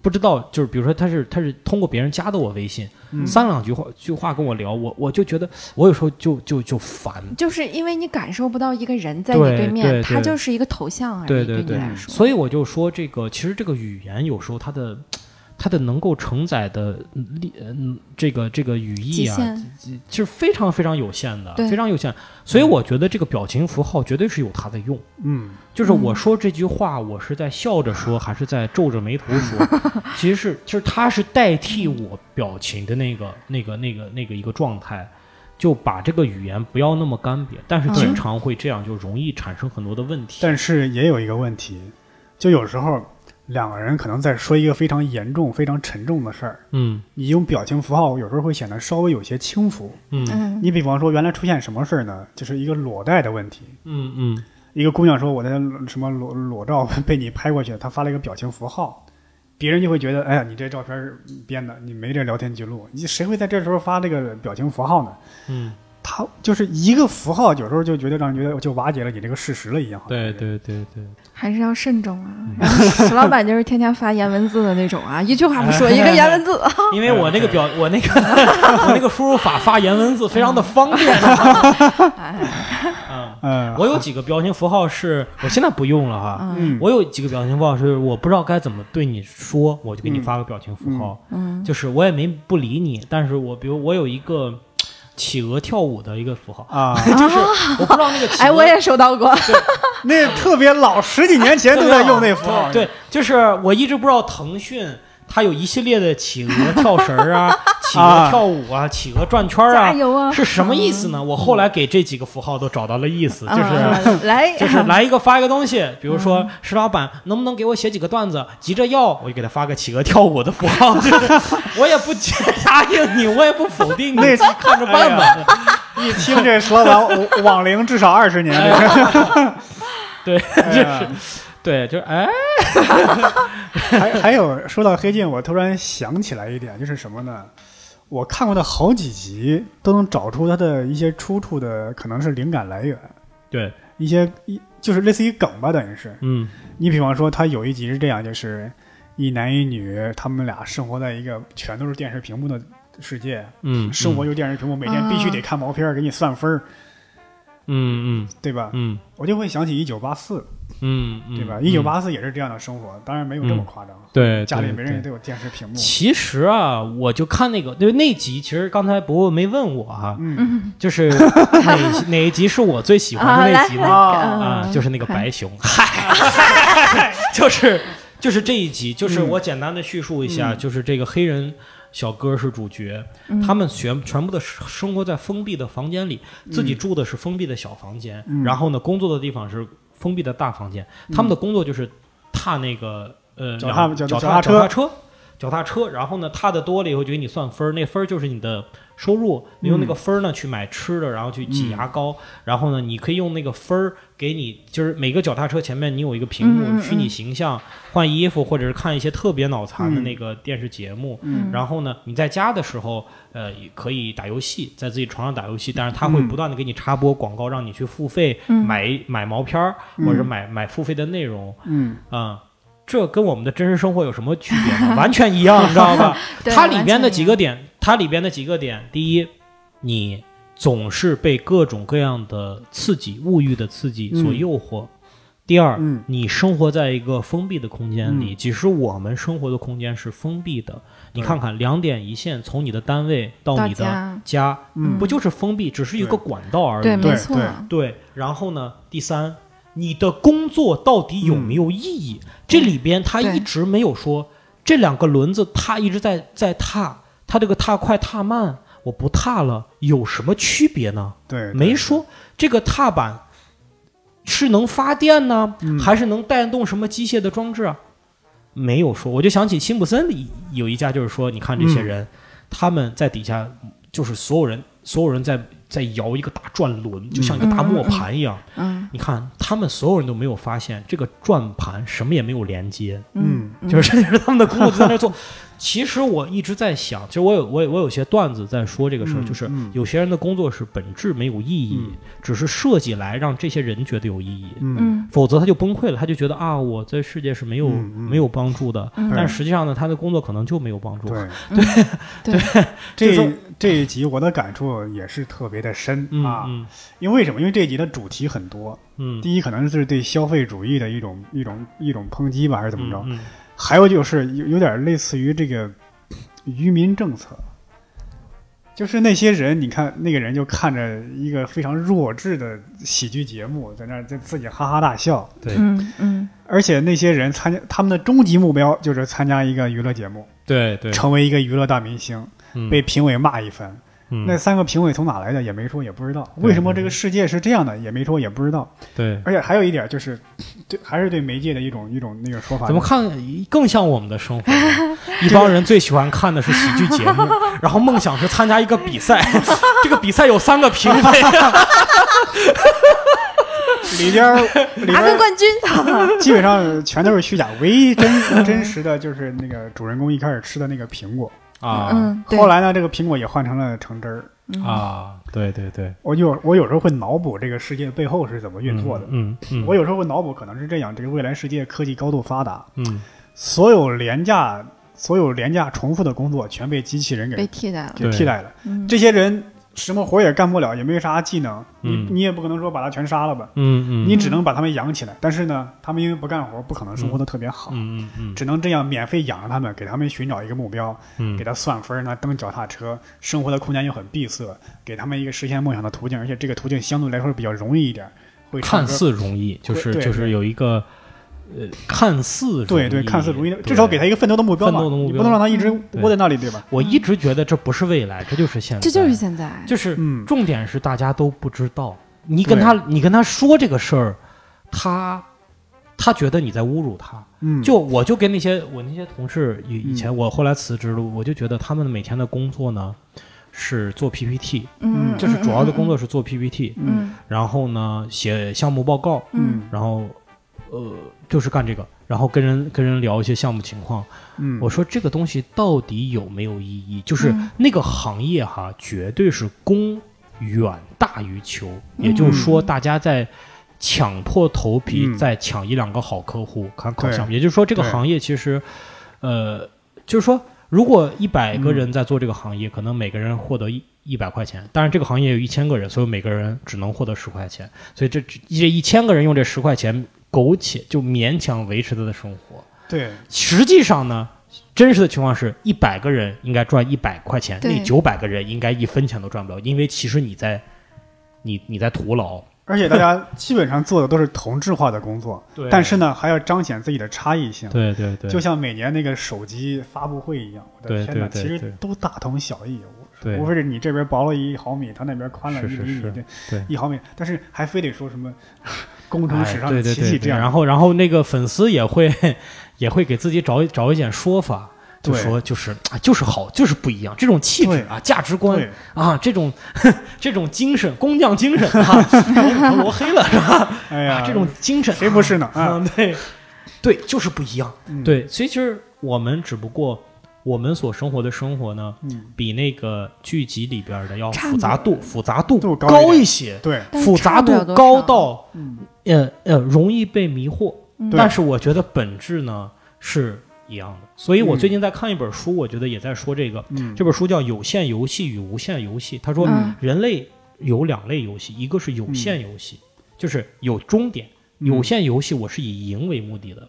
Speaker 2: 不知道，就是比如说他是他是通过别人加的我微信，
Speaker 1: 嗯
Speaker 2: 三两句话句话跟我聊，我我就觉得我有时候就就就烦。
Speaker 3: 就是因为你感受不到一个人在你
Speaker 2: 对
Speaker 3: 对
Speaker 2: 对
Speaker 3: 面，他
Speaker 2: 对
Speaker 3: 就是一个头像而已，
Speaker 2: 对对
Speaker 3: 你
Speaker 2: 对嗯
Speaker 3: 来说，
Speaker 2: 所以我就说，这个其实这个语言有时候它的它的能够承载的力，嗯，这个这个语义
Speaker 3: 极
Speaker 2: 啊，
Speaker 3: 限
Speaker 2: 是非常非常有限的，
Speaker 3: 对
Speaker 2: 非常有限。所以我觉得这个表情符号绝对是有它的用。
Speaker 1: 嗯
Speaker 2: 就是我说这句话，我是在笑着说，还是在皱着眉头 说？其实是，就是它是代替我表情的那个、那个、那个、那个一个状态，就把这个语言不要那么干瘪。但是
Speaker 3: 嗯
Speaker 2: 经常会这样，就容易产生很多的问题。
Speaker 1: 但是也有一个问题，就有时候两个人可能在说一个非常严重、非常沉重的事儿，
Speaker 2: 嗯
Speaker 1: 你用表情符号有时候会显得稍微有些轻浮。
Speaker 2: 嗯嗯
Speaker 3: 嗯
Speaker 1: 你比方说，原来出现什么事儿呢？就是一个裸贷的问题。
Speaker 2: 嗯嗯
Speaker 1: 一个姑娘说我的什么裸裸照被你拍过去，她发了一个表情符号，别人就会觉得，哎呀，你这照片儿编的，你没这聊天记录，你谁会在这时候发这个表情符号呢？
Speaker 2: 嗯，
Speaker 1: 他就是一个符号，有时候就觉得让人觉得就瓦解了你这个事实了一样。好像
Speaker 2: 对
Speaker 1: 是
Speaker 2: 对对对，
Speaker 3: 还是要 慎重啊。然后石老板就是天天发言文字的那种啊，一句话不 说，一个言文字。
Speaker 2: 因为我那个表，我那个 我那个输入法发言文字非常的方 便。
Speaker 3: 哎，
Speaker 2: 嗯，
Speaker 1: 嗯，
Speaker 2: 我有几个标情符号是我现在不用了哈。
Speaker 3: 嗯
Speaker 1: 嗯，
Speaker 2: 我有几个表情符号是我不知道该怎么对你说，我就给你发个表情符号，
Speaker 3: 嗯
Speaker 2: 就是我也没不理你，但是我比如我有一个企鹅跳舞的一个符 号，
Speaker 1: 啊，
Speaker 2: 就是我不知道那个 企鹅，
Speaker 3: 哎，我也收到过。
Speaker 1: 那特别老，十几年前都在用那符号。
Speaker 2: 对，就是我一直不知道腾讯。它有一系列的企鹅跳绳儿 啊，企鹅跳舞啊，企鹅转圈儿
Speaker 3: 加
Speaker 2: 啊，
Speaker 3: 油啊！
Speaker 2: 是什么意思呢？我后来给这几个符号都找到了意思，
Speaker 3: 啊？
Speaker 2: 就是
Speaker 3: 啊来，
Speaker 2: 就是来一个发一个东西，比如说石老板能不能给我写几个段子，急着要，我就给他发个企鹅跳舞的符号，就是 我也不答应你，我也不否 定你，
Speaker 1: 那
Speaker 2: 自己看着办吧。
Speaker 1: 一听这石老板 网龄至少二十年，
Speaker 2: 对，
Speaker 1: 哎呀
Speaker 2: 对，就是哎，
Speaker 1: 还还有说到黑镜，我突然想起来一点，就是什么呢？我看过的好几集都能找出它的一些出处的，可能是灵感来源，
Speaker 2: 对，
Speaker 1: 一些一就是类似于梗吧，等于是。
Speaker 2: 嗯
Speaker 1: 你比方说，它有一集是这样，就是一男一女，他们俩生活在一个全都是电视屏幕的世界，
Speaker 2: 嗯，
Speaker 1: 生活，就是电视屏幕，每天必须得看毛片儿给你算分儿，
Speaker 2: 嗯嗯
Speaker 1: 对吧？
Speaker 2: 嗯
Speaker 1: 我就会想起一九八四，
Speaker 2: 嗯，
Speaker 1: 对吧？一九，八四也是这样的生活，当然没有这么夸张，
Speaker 2: 对，
Speaker 1: 家里没人也。都有电视屏幕。
Speaker 2: 其实啊，我就看那个，对那集，其实刚才伯伯没问我哈，
Speaker 1: 嗯，
Speaker 3: 嗯
Speaker 2: 就是哪 哪一集是我最喜欢的那集呢？
Speaker 1: 啊
Speaker 2: 啊，
Speaker 3: 嗯
Speaker 2: 就是那个白熊，嗨， 就是就是这一集，就是我简单的叙述一下，
Speaker 1: 嗯
Speaker 2: 就是这个黑人小哥是主角，
Speaker 3: 嗯
Speaker 2: 他们全全部的生活在封闭的房间里，自己
Speaker 1: 嗯
Speaker 2: 住的是封闭的小房间，
Speaker 1: 嗯
Speaker 2: 然后呢，工作的地方是封闭的大房间，他们的工作就是踏那个呃
Speaker 1: 脚踏
Speaker 2: 两
Speaker 1: 脚
Speaker 2: 脚
Speaker 1: 踏
Speaker 2: 脚
Speaker 1: 车
Speaker 2: 踏车。脚踏车，然后呢，踏的多了以后就给你算分儿，那分儿就是你的收入，你用那个分儿呢去买吃的，然后去挤
Speaker 1: 嗯
Speaker 2: 牙膏，然后呢，你可以用那个分儿给你，就是每个脚踏车前面你有一个屏幕，
Speaker 3: 嗯嗯嗯
Speaker 2: 虚拟形象、换衣服，或者是看一些特别脑残的那个电视节目。
Speaker 1: 嗯
Speaker 2: 然后呢，你在家的时候，呃，也可以打游戏，在自己床上打游戏，但是它会
Speaker 1: 嗯
Speaker 2: 不断的给你插播广告，让你去付费、
Speaker 3: 嗯
Speaker 2: 买买毛片儿，
Speaker 1: 嗯
Speaker 2: 或者是买买付费的内容
Speaker 1: 嗯
Speaker 2: 啊、这跟我们的真实生活有什么区别 呢？完全一样，你知道吧？
Speaker 3: 对
Speaker 2: 它里边的几，
Speaker 3: 完
Speaker 2: 个点，它里边的几个点，第一，你总是被各种各样的刺激、物欲的刺激所
Speaker 1: 嗯
Speaker 2: 诱惑；第二，
Speaker 1: 嗯
Speaker 2: 你生活在一个封闭的空间里，即使我们生活的空间是封闭的，你
Speaker 1: 对
Speaker 2: 看看两点一线，从你的单位到
Speaker 3: 到
Speaker 2: 你的
Speaker 3: 家
Speaker 2: 家，
Speaker 1: 嗯
Speaker 2: 不就是封闭，只是一个
Speaker 1: 对
Speaker 2: 管道而已。
Speaker 3: 对，没
Speaker 1: 对
Speaker 3: 错，
Speaker 1: 对
Speaker 2: 对，然后呢，第三，你的工作到底有没有意义？
Speaker 3: 嗯
Speaker 2: 这里边他
Speaker 3: 对
Speaker 2: 一直没有说，这两个轮子他一直在在踏，他这个踏快踏慢，我不踏了，有什么区别呢？
Speaker 1: 对，哎对
Speaker 2: 没说这个踏板是能发电呢，
Speaker 1: 嗯
Speaker 2: 还是能带动什么机械的装置啊？没有说，我就想起辛普森里有一家，就是说，你看这
Speaker 1: 嗯
Speaker 2: 些人，他们在底下，就是所有人，所有人在在摇一个大转轮，就像一个大磨盘一样。
Speaker 3: 嗯
Speaker 2: 你看，他们所有人都没有发现这个转盘什么也没有连接，
Speaker 1: 嗯
Speaker 2: 就是就是他们的工作就在那儿做。其实我一直在想，其实我有我有我有些段子在说这个事儿，
Speaker 1: 嗯
Speaker 2: 就是
Speaker 1: 嗯
Speaker 2: 有些人的工作是本质没有意义
Speaker 1: 嗯，
Speaker 2: 只是设计来让这些人觉得有意义，
Speaker 1: 嗯
Speaker 3: 嗯
Speaker 2: 否则他就崩溃了，他就觉得啊，我在世界是没有
Speaker 1: 嗯嗯
Speaker 2: 没有帮助的。
Speaker 3: 嗯
Speaker 2: 但实际上呢，他的工作可能就没有帮助。
Speaker 1: 对嗯
Speaker 3: 对
Speaker 2: 就是
Speaker 1: 这
Speaker 2: 说
Speaker 1: 这一集我的感触也是特别的深
Speaker 2: 嗯
Speaker 1: 啊，
Speaker 2: 嗯
Speaker 1: 因为什么？因为这一集的主题很多，
Speaker 2: 嗯，
Speaker 1: 第一可能是对消费主义的一种一种一种抨击吧，还是怎么着？
Speaker 2: 嗯？嗯
Speaker 1: 还有就是有有点类似于这个渔民政策，就是那些人，你看那个人就看着一个非常弱智的喜剧节目，在那儿就自己哈哈大笑，
Speaker 2: 对
Speaker 3: 嗯嗯
Speaker 1: 而且那些人参加他们的终极目标就是参加一个娱乐节目，
Speaker 2: 对对，
Speaker 1: 成为一个娱乐大明星，
Speaker 2: 嗯
Speaker 1: 被评委骂一番。
Speaker 2: 嗯
Speaker 1: 那三个评委从哪来的也没说，也不知道为什么这个世界是这样的，也没说，也不知道。
Speaker 2: 对。
Speaker 1: 而且还有一点就是，对，还是对媒介的一种一种那个说法。
Speaker 2: 怎么看更像我们的生活 呢？一帮人最喜欢看的是喜剧节目，然后梦想是参加一个 比赛，这个比赛有三个评委，
Speaker 1: 里边儿里边
Speaker 3: 拿个
Speaker 1: 儿
Speaker 3: 冠军，
Speaker 2: 啊
Speaker 1: 基本上全都是虚假，唯一真真实的就是那个主人公一开始吃的那个苹果。
Speaker 2: 啊，
Speaker 3: 嗯，对
Speaker 1: 后来呢，这个苹果也换成了橙汁儿，
Speaker 2: 啊，对对对，
Speaker 1: 我有我有时候会脑补这个世界背后是怎么运作的。
Speaker 2: 嗯嗯，
Speaker 1: 我有时候会脑补，可能是这样：这个未来世界科技高度发达，
Speaker 2: 嗯
Speaker 1: 所有廉价、所有廉价重复的工作全被机器人
Speaker 3: 被
Speaker 1: 给
Speaker 3: 替代了。
Speaker 1: 给替代了。
Speaker 3: 嗯，
Speaker 1: 这些人什么活也干不了，也没啥技能，
Speaker 2: 嗯
Speaker 1: 你你也不可能说把他全杀了吧，
Speaker 2: 嗯嗯，
Speaker 1: 你只能把他们养起来。但是呢，他们因为不干活，不可能生活的特别好，
Speaker 2: 嗯嗯
Speaker 1: 只能这样免费养着他们，给他们寻找一个目标，
Speaker 2: 嗯
Speaker 1: 给他算分，让他蹬脚踏车，生活的空间又很闭塞，给他们一个实现梦想的途径，而且这个途径相对来说比较容易一点，会唱
Speaker 2: 看
Speaker 1: 歌
Speaker 2: 似容易，就是
Speaker 1: 对对
Speaker 2: 就是有一个呃，看似
Speaker 1: 对对，看似容
Speaker 2: 容
Speaker 1: 易
Speaker 2: 易
Speaker 1: 的，，至少给他一个奋斗的目标嘛，
Speaker 2: 奋斗的目标嗯
Speaker 1: 你不能让他一直窝在那里，对吧？
Speaker 2: 我一直觉得这不是未来，这就是现在，
Speaker 3: 这就是现在。
Speaker 2: 就是
Speaker 1: 嗯
Speaker 2: 重点是大家都不知道，你跟
Speaker 1: 对
Speaker 2: 他你跟他说这个事儿，他他觉得你在侮辱他。
Speaker 1: 嗯，
Speaker 2: 就我就跟那些我那些同事以以
Speaker 1: 嗯
Speaker 2: 前我后来辞职了，我就觉得他们每天的工作呢是做 PPT，
Speaker 3: 嗯，
Speaker 1: 嗯
Speaker 2: 就是主要的工
Speaker 3: 作。
Speaker 2: 作是做 PPT，
Speaker 3: 嗯
Speaker 2: 然后呢写项目报告，
Speaker 3: 嗯
Speaker 1: 嗯
Speaker 2: 然后呃就是干这个，然后跟人跟人聊一些项目情况。
Speaker 1: 嗯，
Speaker 2: 我说这个东西到底有没有意义？就是
Speaker 3: 嗯
Speaker 2: 那个行业哈，绝对是供远大于求，也就是说，大家在抢破头皮
Speaker 1: 嗯
Speaker 2: 在抢一两个好客户，看靠
Speaker 1: 对
Speaker 2: 项目。也就是说，这个
Speaker 1: 对
Speaker 2: 行业其实，呃，就是说，如果一百个人在做这个行业，可能每个人获得一。一百块钱，当然这个行业有一千个人，所以每个人只能获得十块钱，所以这这一千个人用这十块钱，苟且就勉强维持他的生活。
Speaker 1: 对，
Speaker 2: 实际上呢，真实的情况是一百个人应该赚一百块钱，
Speaker 3: 对
Speaker 2: 那九百个人应该一分钱都赚不了，因为其实你在，你你在徒劳。
Speaker 1: 而且大家基本上做的都是同质化的工作，
Speaker 2: 对
Speaker 1: 但是呢，还要彰显自己的差异性。
Speaker 2: 对对对
Speaker 1: 就像每年那个手机发布会一样，我的
Speaker 2: 对
Speaker 1: 天哪，
Speaker 2: 对对
Speaker 1: 其
Speaker 2: 对
Speaker 1: 实都大同小异，
Speaker 2: 对
Speaker 1: 无非是你这边薄了一毫米，它那边宽了
Speaker 2: 是
Speaker 1: 一
Speaker 2: 是
Speaker 1: 厘米，
Speaker 2: 是
Speaker 1: 对
Speaker 2: 对
Speaker 1: 一毫米，但是还非得说什么工程史上
Speaker 2: 哎对
Speaker 1: 的
Speaker 2: 对
Speaker 1: 奇
Speaker 2: 对
Speaker 1: 迹这
Speaker 2: 对，
Speaker 1: 样，
Speaker 2: 然后然后那个粉丝也会 也会给自己找一找一点说法。就
Speaker 1: 对
Speaker 2: 说就是啊，就是好，就是不一样，这种气质
Speaker 1: 对
Speaker 2: 啊，价值观
Speaker 1: 对
Speaker 2: 啊，这种 这种精神，工匠精神啊， 哎罗黑了是吧？
Speaker 1: 哎呀，
Speaker 2: 啊，这种精神
Speaker 1: 谁不是呢？啊，
Speaker 2: 啊，对，对，就是不一样。
Speaker 1: 嗯，
Speaker 2: 对，所以其实我们只不过我们所生活的生活呢，
Speaker 1: 嗯，
Speaker 2: 比那个剧集里边的要
Speaker 3: 差
Speaker 2: 复杂
Speaker 3: 不多
Speaker 2: 度复杂度
Speaker 1: 度高一
Speaker 2: 高
Speaker 1: 点
Speaker 2: 一些，
Speaker 1: 对，
Speaker 3: 但是
Speaker 2: 复杂
Speaker 3: 差不了
Speaker 2: 度
Speaker 3: 多
Speaker 2: 高
Speaker 3: 少
Speaker 2: 到
Speaker 1: 嗯，
Speaker 2: 呃呃容易被迷惑，
Speaker 3: 嗯
Speaker 1: 对
Speaker 2: 但是我觉得本质呢是一样的。所以我
Speaker 1: 嗯
Speaker 2: 最近在看一本书，我觉得也在说这个。
Speaker 1: 嗯，
Speaker 2: 这本书叫《有限游戏与无限游戏》，他说
Speaker 3: 嗯
Speaker 2: 人类有两类游戏，一个是有限游戏，就是有终点。
Speaker 1: 嗯
Speaker 2: 有限游戏我是以赢为目的的，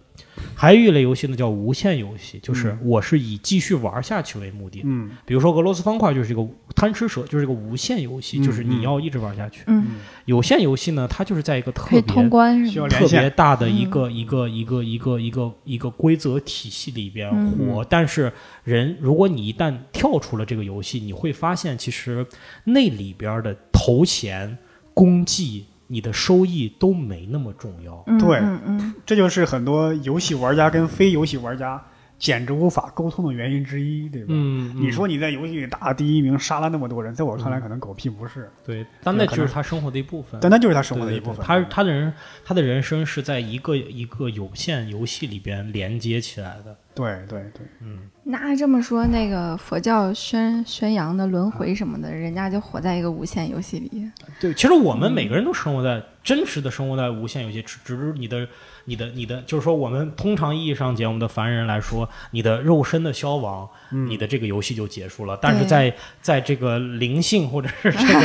Speaker 2: 还有一类游戏呢叫无限游戏，就是
Speaker 1: 嗯
Speaker 2: 我是以继续玩下去为目的的。
Speaker 1: 嗯
Speaker 2: 比如说俄罗斯方块就是一个贪吃蛇，就是一个无限游戏，
Speaker 1: 嗯
Speaker 2: 就是你要一直玩下去。
Speaker 3: 嗯，
Speaker 1: 嗯，
Speaker 2: 有限游戏呢，它就是在一个特
Speaker 3: 可以
Speaker 2: 别
Speaker 3: 通嗯关
Speaker 1: 需
Speaker 3: 是
Speaker 1: 要
Speaker 3: 吗？
Speaker 1: 连
Speaker 2: 特别
Speaker 1: 线，
Speaker 2: 大的一个、一个一个一个一个一个规则体系里边
Speaker 3: 嗯
Speaker 2: 活。
Speaker 1: 嗯
Speaker 2: 但是人，如果你一旦跳出了这个游戏，你会发现其实那里边的头衔、功绩、你的收益都没那么重要。
Speaker 3: 嗯
Speaker 1: 对
Speaker 3: 嗯嗯，
Speaker 1: 这就是很多游戏玩家跟非游戏玩家简直无法沟通的原因之一，对吧？
Speaker 2: 嗯，
Speaker 1: 你说你在游戏里打第一名，杀了那么多人，在我看来可能狗屁不是，
Speaker 2: 对，但那就是他生活的一部分。
Speaker 1: 但那就是他生活的
Speaker 2: 对
Speaker 1: 一
Speaker 2: 对
Speaker 1: 部分。
Speaker 2: 对他他的人他的人生是在一个一个有限游戏里边连接起来的。
Speaker 1: 对对对，
Speaker 2: 嗯，
Speaker 3: 那这么说，那个佛教宣宣扬的轮回什么的，人家就活在一个无限游戏里。
Speaker 2: 对，其实我们每个人都生活在、真实的生活在无限游戏，只只是你的、你的、你的，就是说我们通常意义上讲，我们的凡人来说，你的肉身的消亡，
Speaker 1: 嗯
Speaker 2: 你的这个游戏就结束了。但是
Speaker 3: 对
Speaker 2: 在在这个灵性或者 是这个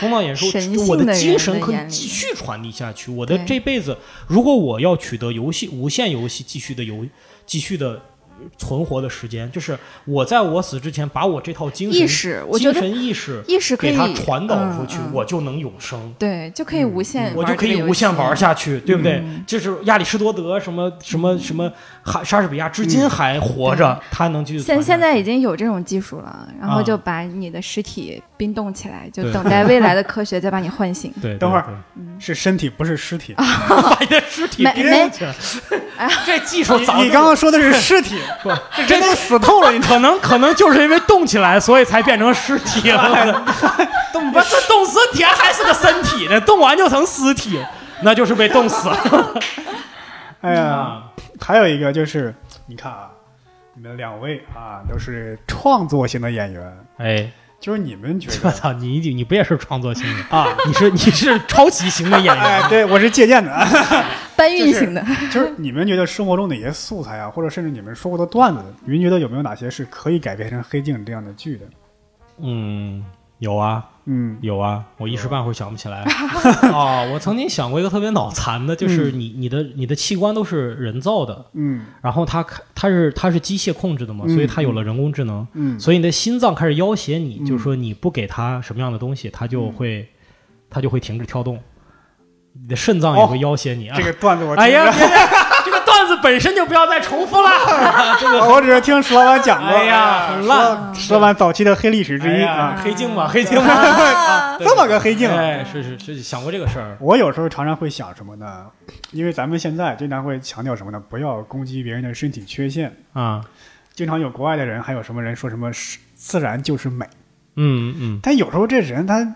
Speaker 2: 风暴演说
Speaker 3: 神，
Speaker 2: 我
Speaker 3: 性的
Speaker 2: 精
Speaker 3: 人
Speaker 2: 神
Speaker 3: 的
Speaker 2: 可以
Speaker 3: 眼里
Speaker 2: 继续传递下去。我的
Speaker 3: 对
Speaker 2: 这辈子，如果我要取得游戏无限游戏继续的游继续的。存活的时间，就是我在我死之前，把我这套精神
Speaker 3: 意识，我觉
Speaker 2: 精
Speaker 3: 得
Speaker 2: 神意识
Speaker 3: 意识可
Speaker 2: 给
Speaker 3: 以
Speaker 2: 它传导
Speaker 3: 嗯
Speaker 2: 出去，
Speaker 3: 嗯
Speaker 2: 我就能永生，
Speaker 3: 对就可以无限，
Speaker 2: 我就可以无限玩。下去，对不对
Speaker 3: 嗯？
Speaker 2: 这是亚里士多德什么什么什么，还莎士比亚至
Speaker 1: 嗯
Speaker 2: 今还活着，他能去
Speaker 3: 现
Speaker 2: 传下去。
Speaker 3: 现在已经有这种技术了，然后
Speaker 2: 啊
Speaker 3: 就把你的尸体冰冻起来，就
Speaker 2: 对
Speaker 3: 等待未来的科学再把你唤醒。
Speaker 2: 对，
Speaker 1: 等会儿
Speaker 2: 对
Speaker 1: 是身体不是尸体。
Speaker 2: 对把你的尸体
Speaker 3: 没
Speaker 2: 钉
Speaker 3: 没
Speaker 2: 起来，这技术早
Speaker 1: 你你
Speaker 2: 就
Speaker 1: 刚刚说的是尸体，
Speaker 2: 不
Speaker 1: 这人都死透了，你
Speaker 2: 可能可能就是因为动起来，所以才变成尸体
Speaker 1: 哎
Speaker 2: 了。动不这动尸体还是个身体呢，动完就成尸体，那就是被冻死了。
Speaker 1: 哎呀，还有一个就是，你看啊，你们两位啊都是创作型的演员，
Speaker 2: 哎，
Speaker 1: 就是你们觉
Speaker 2: 我
Speaker 1: 得
Speaker 2: 操，你你不也是创作型的？
Speaker 1: 啊？
Speaker 2: 你是你是抄袭型的演员，
Speaker 1: 哎，对，我是借鉴的。
Speaker 3: 搬运型的，
Speaker 1: 就是你们觉得生活中哪些素材啊，或者甚至你们说过的段子，你们觉得有没有哪些是可以改编成《黑镜》这样的剧的？
Speaker 2: 嗯，有啊
Speaker 1: 嗯，
Speaker 2: 有啊，我一时半会儿想不 起来。 哦，我曾经想过一个特别脑残的，就是你你的你的器官都是人造的，
Speaker 1: 嗯
Speaker 2: 然后它它是它是机械控制的嘛，
Speaker 1: 嗯
Speaker 2: 所以它有了人工智能，
Speaker 1: 嗯，
Speaker 2: 所以你的心脏开始要挟你，
Speaker 1: 嗯
Speaker 2: 就是说你不给它什么样的东西，它就会它就会停止跳动，你的肾脏也会要挟你啊
Speaker 1: 哦这。个段子我听
Speaker 2: 哎呀，别别，这个段子本身就不要再重 复了。
Speaker 1: 我只是听石老板讲过。
Speaker 2: 哎呀，很烂。
Speaker 1: 石老板早期的黑历史之
Speaker 2: 哎
Speaker 1: 一
Speaker 2: 呀
Speaker 1: 啊，
Speaker 2: 黑镜嘛，黑镜嘛。
Speaker 3: 啊，
Speaker 1: 这么个黑镜啊。
Speaker 2: 哎，是是是，想过这个事儿。
Speaker 1: 我有时候常常会想什么呢？因为咱们现在经常会强调什么呢？不要攻击别人的身体缺陷。
Speaker 2: 啊，
Speaker 1: 经常有国外的人，还有什么人说什么是自然就是美，
Speaker 2: 嗯嗯
Speaker 1: 但有时候这人他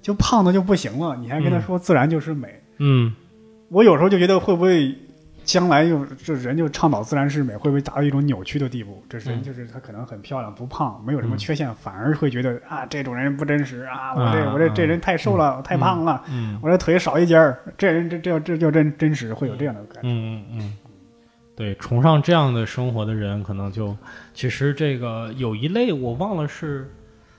Speaker 1: 就胖的就不行了，你还跟他
Speaker 2: 嗯
Speaker 1: 说自然就是美，
Speaker 2: 嗯，
Speaker 1: 我有时候就觉得会不会将来就就人就倡导自然是美，会不会达到一种扭曲的地步？这人
Speaker 2: 嗯
Speaker 1: 就是他可能很漂亮，不胖，没有什么
Speaker 2: 嗯
Speaker 1: 缺陷，反而会觉得啊这种人不真实啊，我
Speaker 2: 啊
Speaker 1: 这我这
Speaker 2: 啊
Speaker 1: 这人太瘦了，我太胖了，
Speaker 2: 嗯
Speaker 1: 我这腿少一截儿，这人这这这就真真实，会有这样的感觉。
Speaker 2: 嗯嗯嗯，对，崇尚这样的生活的人，可能就其实这个有一类我忘了是，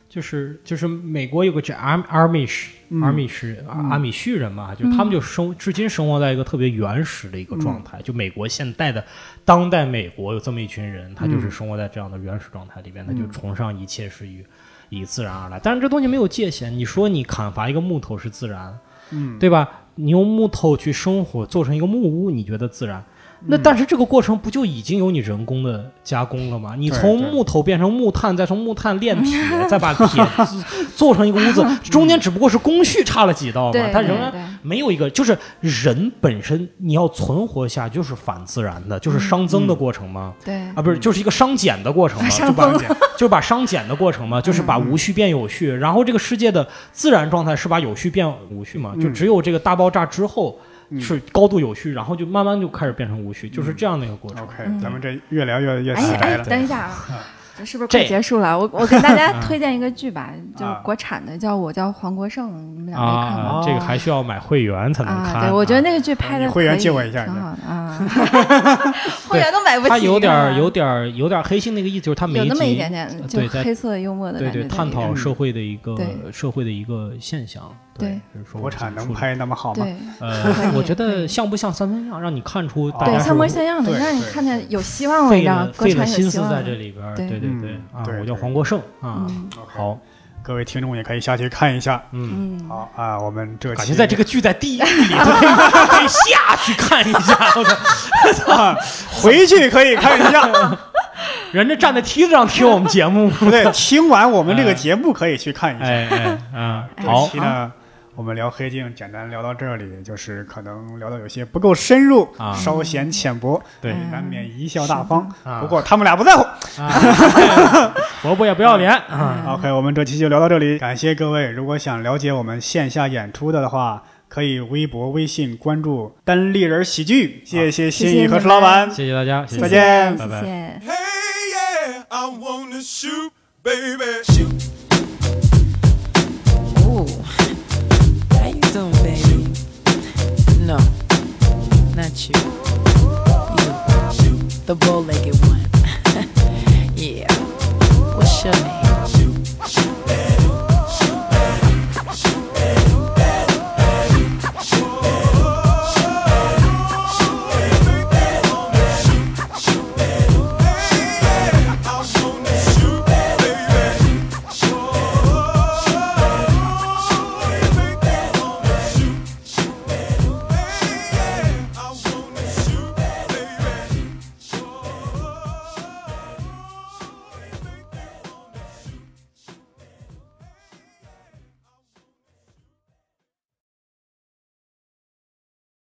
Speaker 2: 就是就是美国有个叫阿阿米什
Speaker 1: 嗯
Speaker 2: 阿米什阿
Speaker 1: 嗯嗯
Speaker 2: 阿米旭人嘛，就他们就生至今生活在一个特别原始的一个状态，就美国现代的当代美国有这么一群人，他就是生活在这样的原始状态里边，他就
Speaker 1: 嗯
Speaker 2: 崇尚一切是与。以自然而来，但是这东西没有界限。你说你砍伐一个木头是自然，
Speaker 1: 嗯，
Speaker 2: 对吧？你用木头去生火，做成一个木屋，你觉得自然？
Speaker 1: 嗯
Speaker 3: 嗯
Speaker 2: 那但是这个过程不就已经有你人工的加工了吗？你
Speaker 1: 对
Speaker 2: 从
Speaker 1: 对
Speaker 2: 木头变成木炭，再从木炭炼铁，再把铁做成一个屋 子，中间只不过是工序差了几道嘛
Speaker 3: 对，，
Speaker 2: 它
Speaker 3: 对
Speaker 2: 仍然
Speaker 3: 对
Speaker 2: 没有一个，就是人本身你要存活下就是反自然的，
Speaker 3: 嗯
Speaker 2: 就是熵增的过程嘛，
Speaker 3: 对
Speaker 2: 啊，不是，就是一个熵减的过程嘛，
Speaker 3: 熵
Speaker 2: 就把
Speaker 3: 增
Speaker 2: 就是把熵减的过程嘛，就是把无序变有序，然后这个世界的自然状态是把有序变无序嘛，就
Speaker 1: 嗯
Speaker 2: 只有这个大爆炸之后
Speaker 1: 嗯
Speaker 2: 是高度有序，然后就慢慢就开始变成无序，就是这样的一个过程。
Speaker 1: OK，
Speaker 3: 嗯
Speaker 1: 咱们这越聊越越
Speaker 3: 哎
Speaker 1: 起
Speaker 3: 呀，
Speaker 1: 来
Speaker 3: 哎，
Speaker 1: 了。
Speaker 3: 等一下啊， 这是不是
Speaker 2: 这
Speaker 3: 快结束了？我我给大家推荐一个剧吧，就是
Speaker 1: 啊
Speaker 3: 国产的，叫我叫黄国胜，你们俩没看
Speaker 2: 啊
Speaker 3: 吗？
Speaker 1: 哦，
Speaker 2: 这个还需要买会员才能看。
Speaker 3: 啊，对，我觉得那个剧拍
Speaker 1: 你
Speaker 3: 的
Speaker 1: 会员借我一下
Speaker 3: 挺
Speaker 1: 你
Speaker 3: 好的啊， 会员都买不起。啊
Speaker 2: 它有点儿
Speaker 3: 你知道吗
Speaker 2: 有点儿有点儿黑心那个意思，就是它每
Speaker 3: 有
Speaker 2: 一
Speaker 3: 那么一
Speaker 2: 集
Speaker 3: 点点就
Speaker 2: 呃对在
Speaker 3: 黑色幽默的
Speaker 2: 对
Speaker 3: 感觉
Speaker 2: 对
Speaker 3: 在里面，
Speaker 2: 探讨
Speaker 1: 面
Speaker 2: 社会的一个
Speaker 3: 对
Speaker 2: 社会的一个现象。
Speaker 3: 对，
Speaker 2: 就是说
Speaker 1: 国产能
Speaker 2: 说
Speaker 1: 拍那么好吗？
Speaker 3: 对 可
Speaker 2: 呃，
Speaker 3: 以
Speaker 2: 我觉
Speaker 3: 可
Speaker 2: 得
Speaker 3: 以
Speaker 2: 像不像三分样，让你看出
Speaker 1: 对
Speaker 2: 大家
Speaker 3: 对，
Speaker 2: 是
Speaker 3: 像模像样的，
Speaker 1: 对
Speaker 3: 让你
Speaker 1: 对
Speaker 3: 看见有希望了，你
Speaker 2: 费
Speaker 3: 知道
Speaker 2: 了
Speaker 3: 吗？国
Speaker 2: 费了
Speaker 3: 产有
Speaker 2: 心
Speaker 3: 希
Speaker 2: 思
Speaker 3: 望
Speaker 2: 在
Speaker 3: 了
Speaker 2: 这。里边儿。
Speaker 3: 啊对
Speaker 2: 对对
Speaker 1: 嗯
Speaker 2: 啊
Speaker 1: 对，
Speaker 2: 我叫
Speaker 1: 对
Speaker 2: 黄国胜啊。
Speaker 3: 嗯
Speaker 1: OK，
Speaker 2: 好，
Speaker 1: 各位听众也可以下去看一下。
Speaker 2: 嗯，
Speaker 3: 嗯，
Speaker 1: 好啊，我们这
Speaker 2: 感
Speaker 1: 期
Speaker 2: 觉在这个剧在地狱 里头可以可以下去看一下，我操！
Speaker 1: 啊回去可以看一下，
Speaker 2: 人家站在梯子上听我们节目，
Speaker 1: 不对，听完我们这个节目可以去看一下。
Speaker 2: 嗯哎哎啊，
Speaker 3: 哎
Speaker 1: 这
Speaker 2: 好
Speaker 1: 期呢，我们聊黑镜，简单聊到这里，就是可能聊的有些不够深入，
Speaker 2: 啊
Speaker 1: 稍显浅薄，
Speaker 2: 对嗯
Speaker 1: 也难免贻笑大方。
Speaker 2: 啊
Speaker 1: 不过他们俩不在乎。
Speaker 2: 啊伯伯也不要脸啊！
Speaker 3: 嗯
Speaker 1: OK，我们这期就聊到这里，感谢各位。如果想了解我们线下演出的话，可以微博、微信关注“单立人喜剧”。谢谢新宇和石老板，
Speaker 2: 谢谢大家，谢谢
Speaker 1: 再见
Speaker 3: 谢
Speaker 2: 拜
Speaker 3: 谢
Speaker 2: 拜
Speaker 3: 谢谢。
Speaker 4: Hey, yeah, I wanna shoot, baby. Shoot,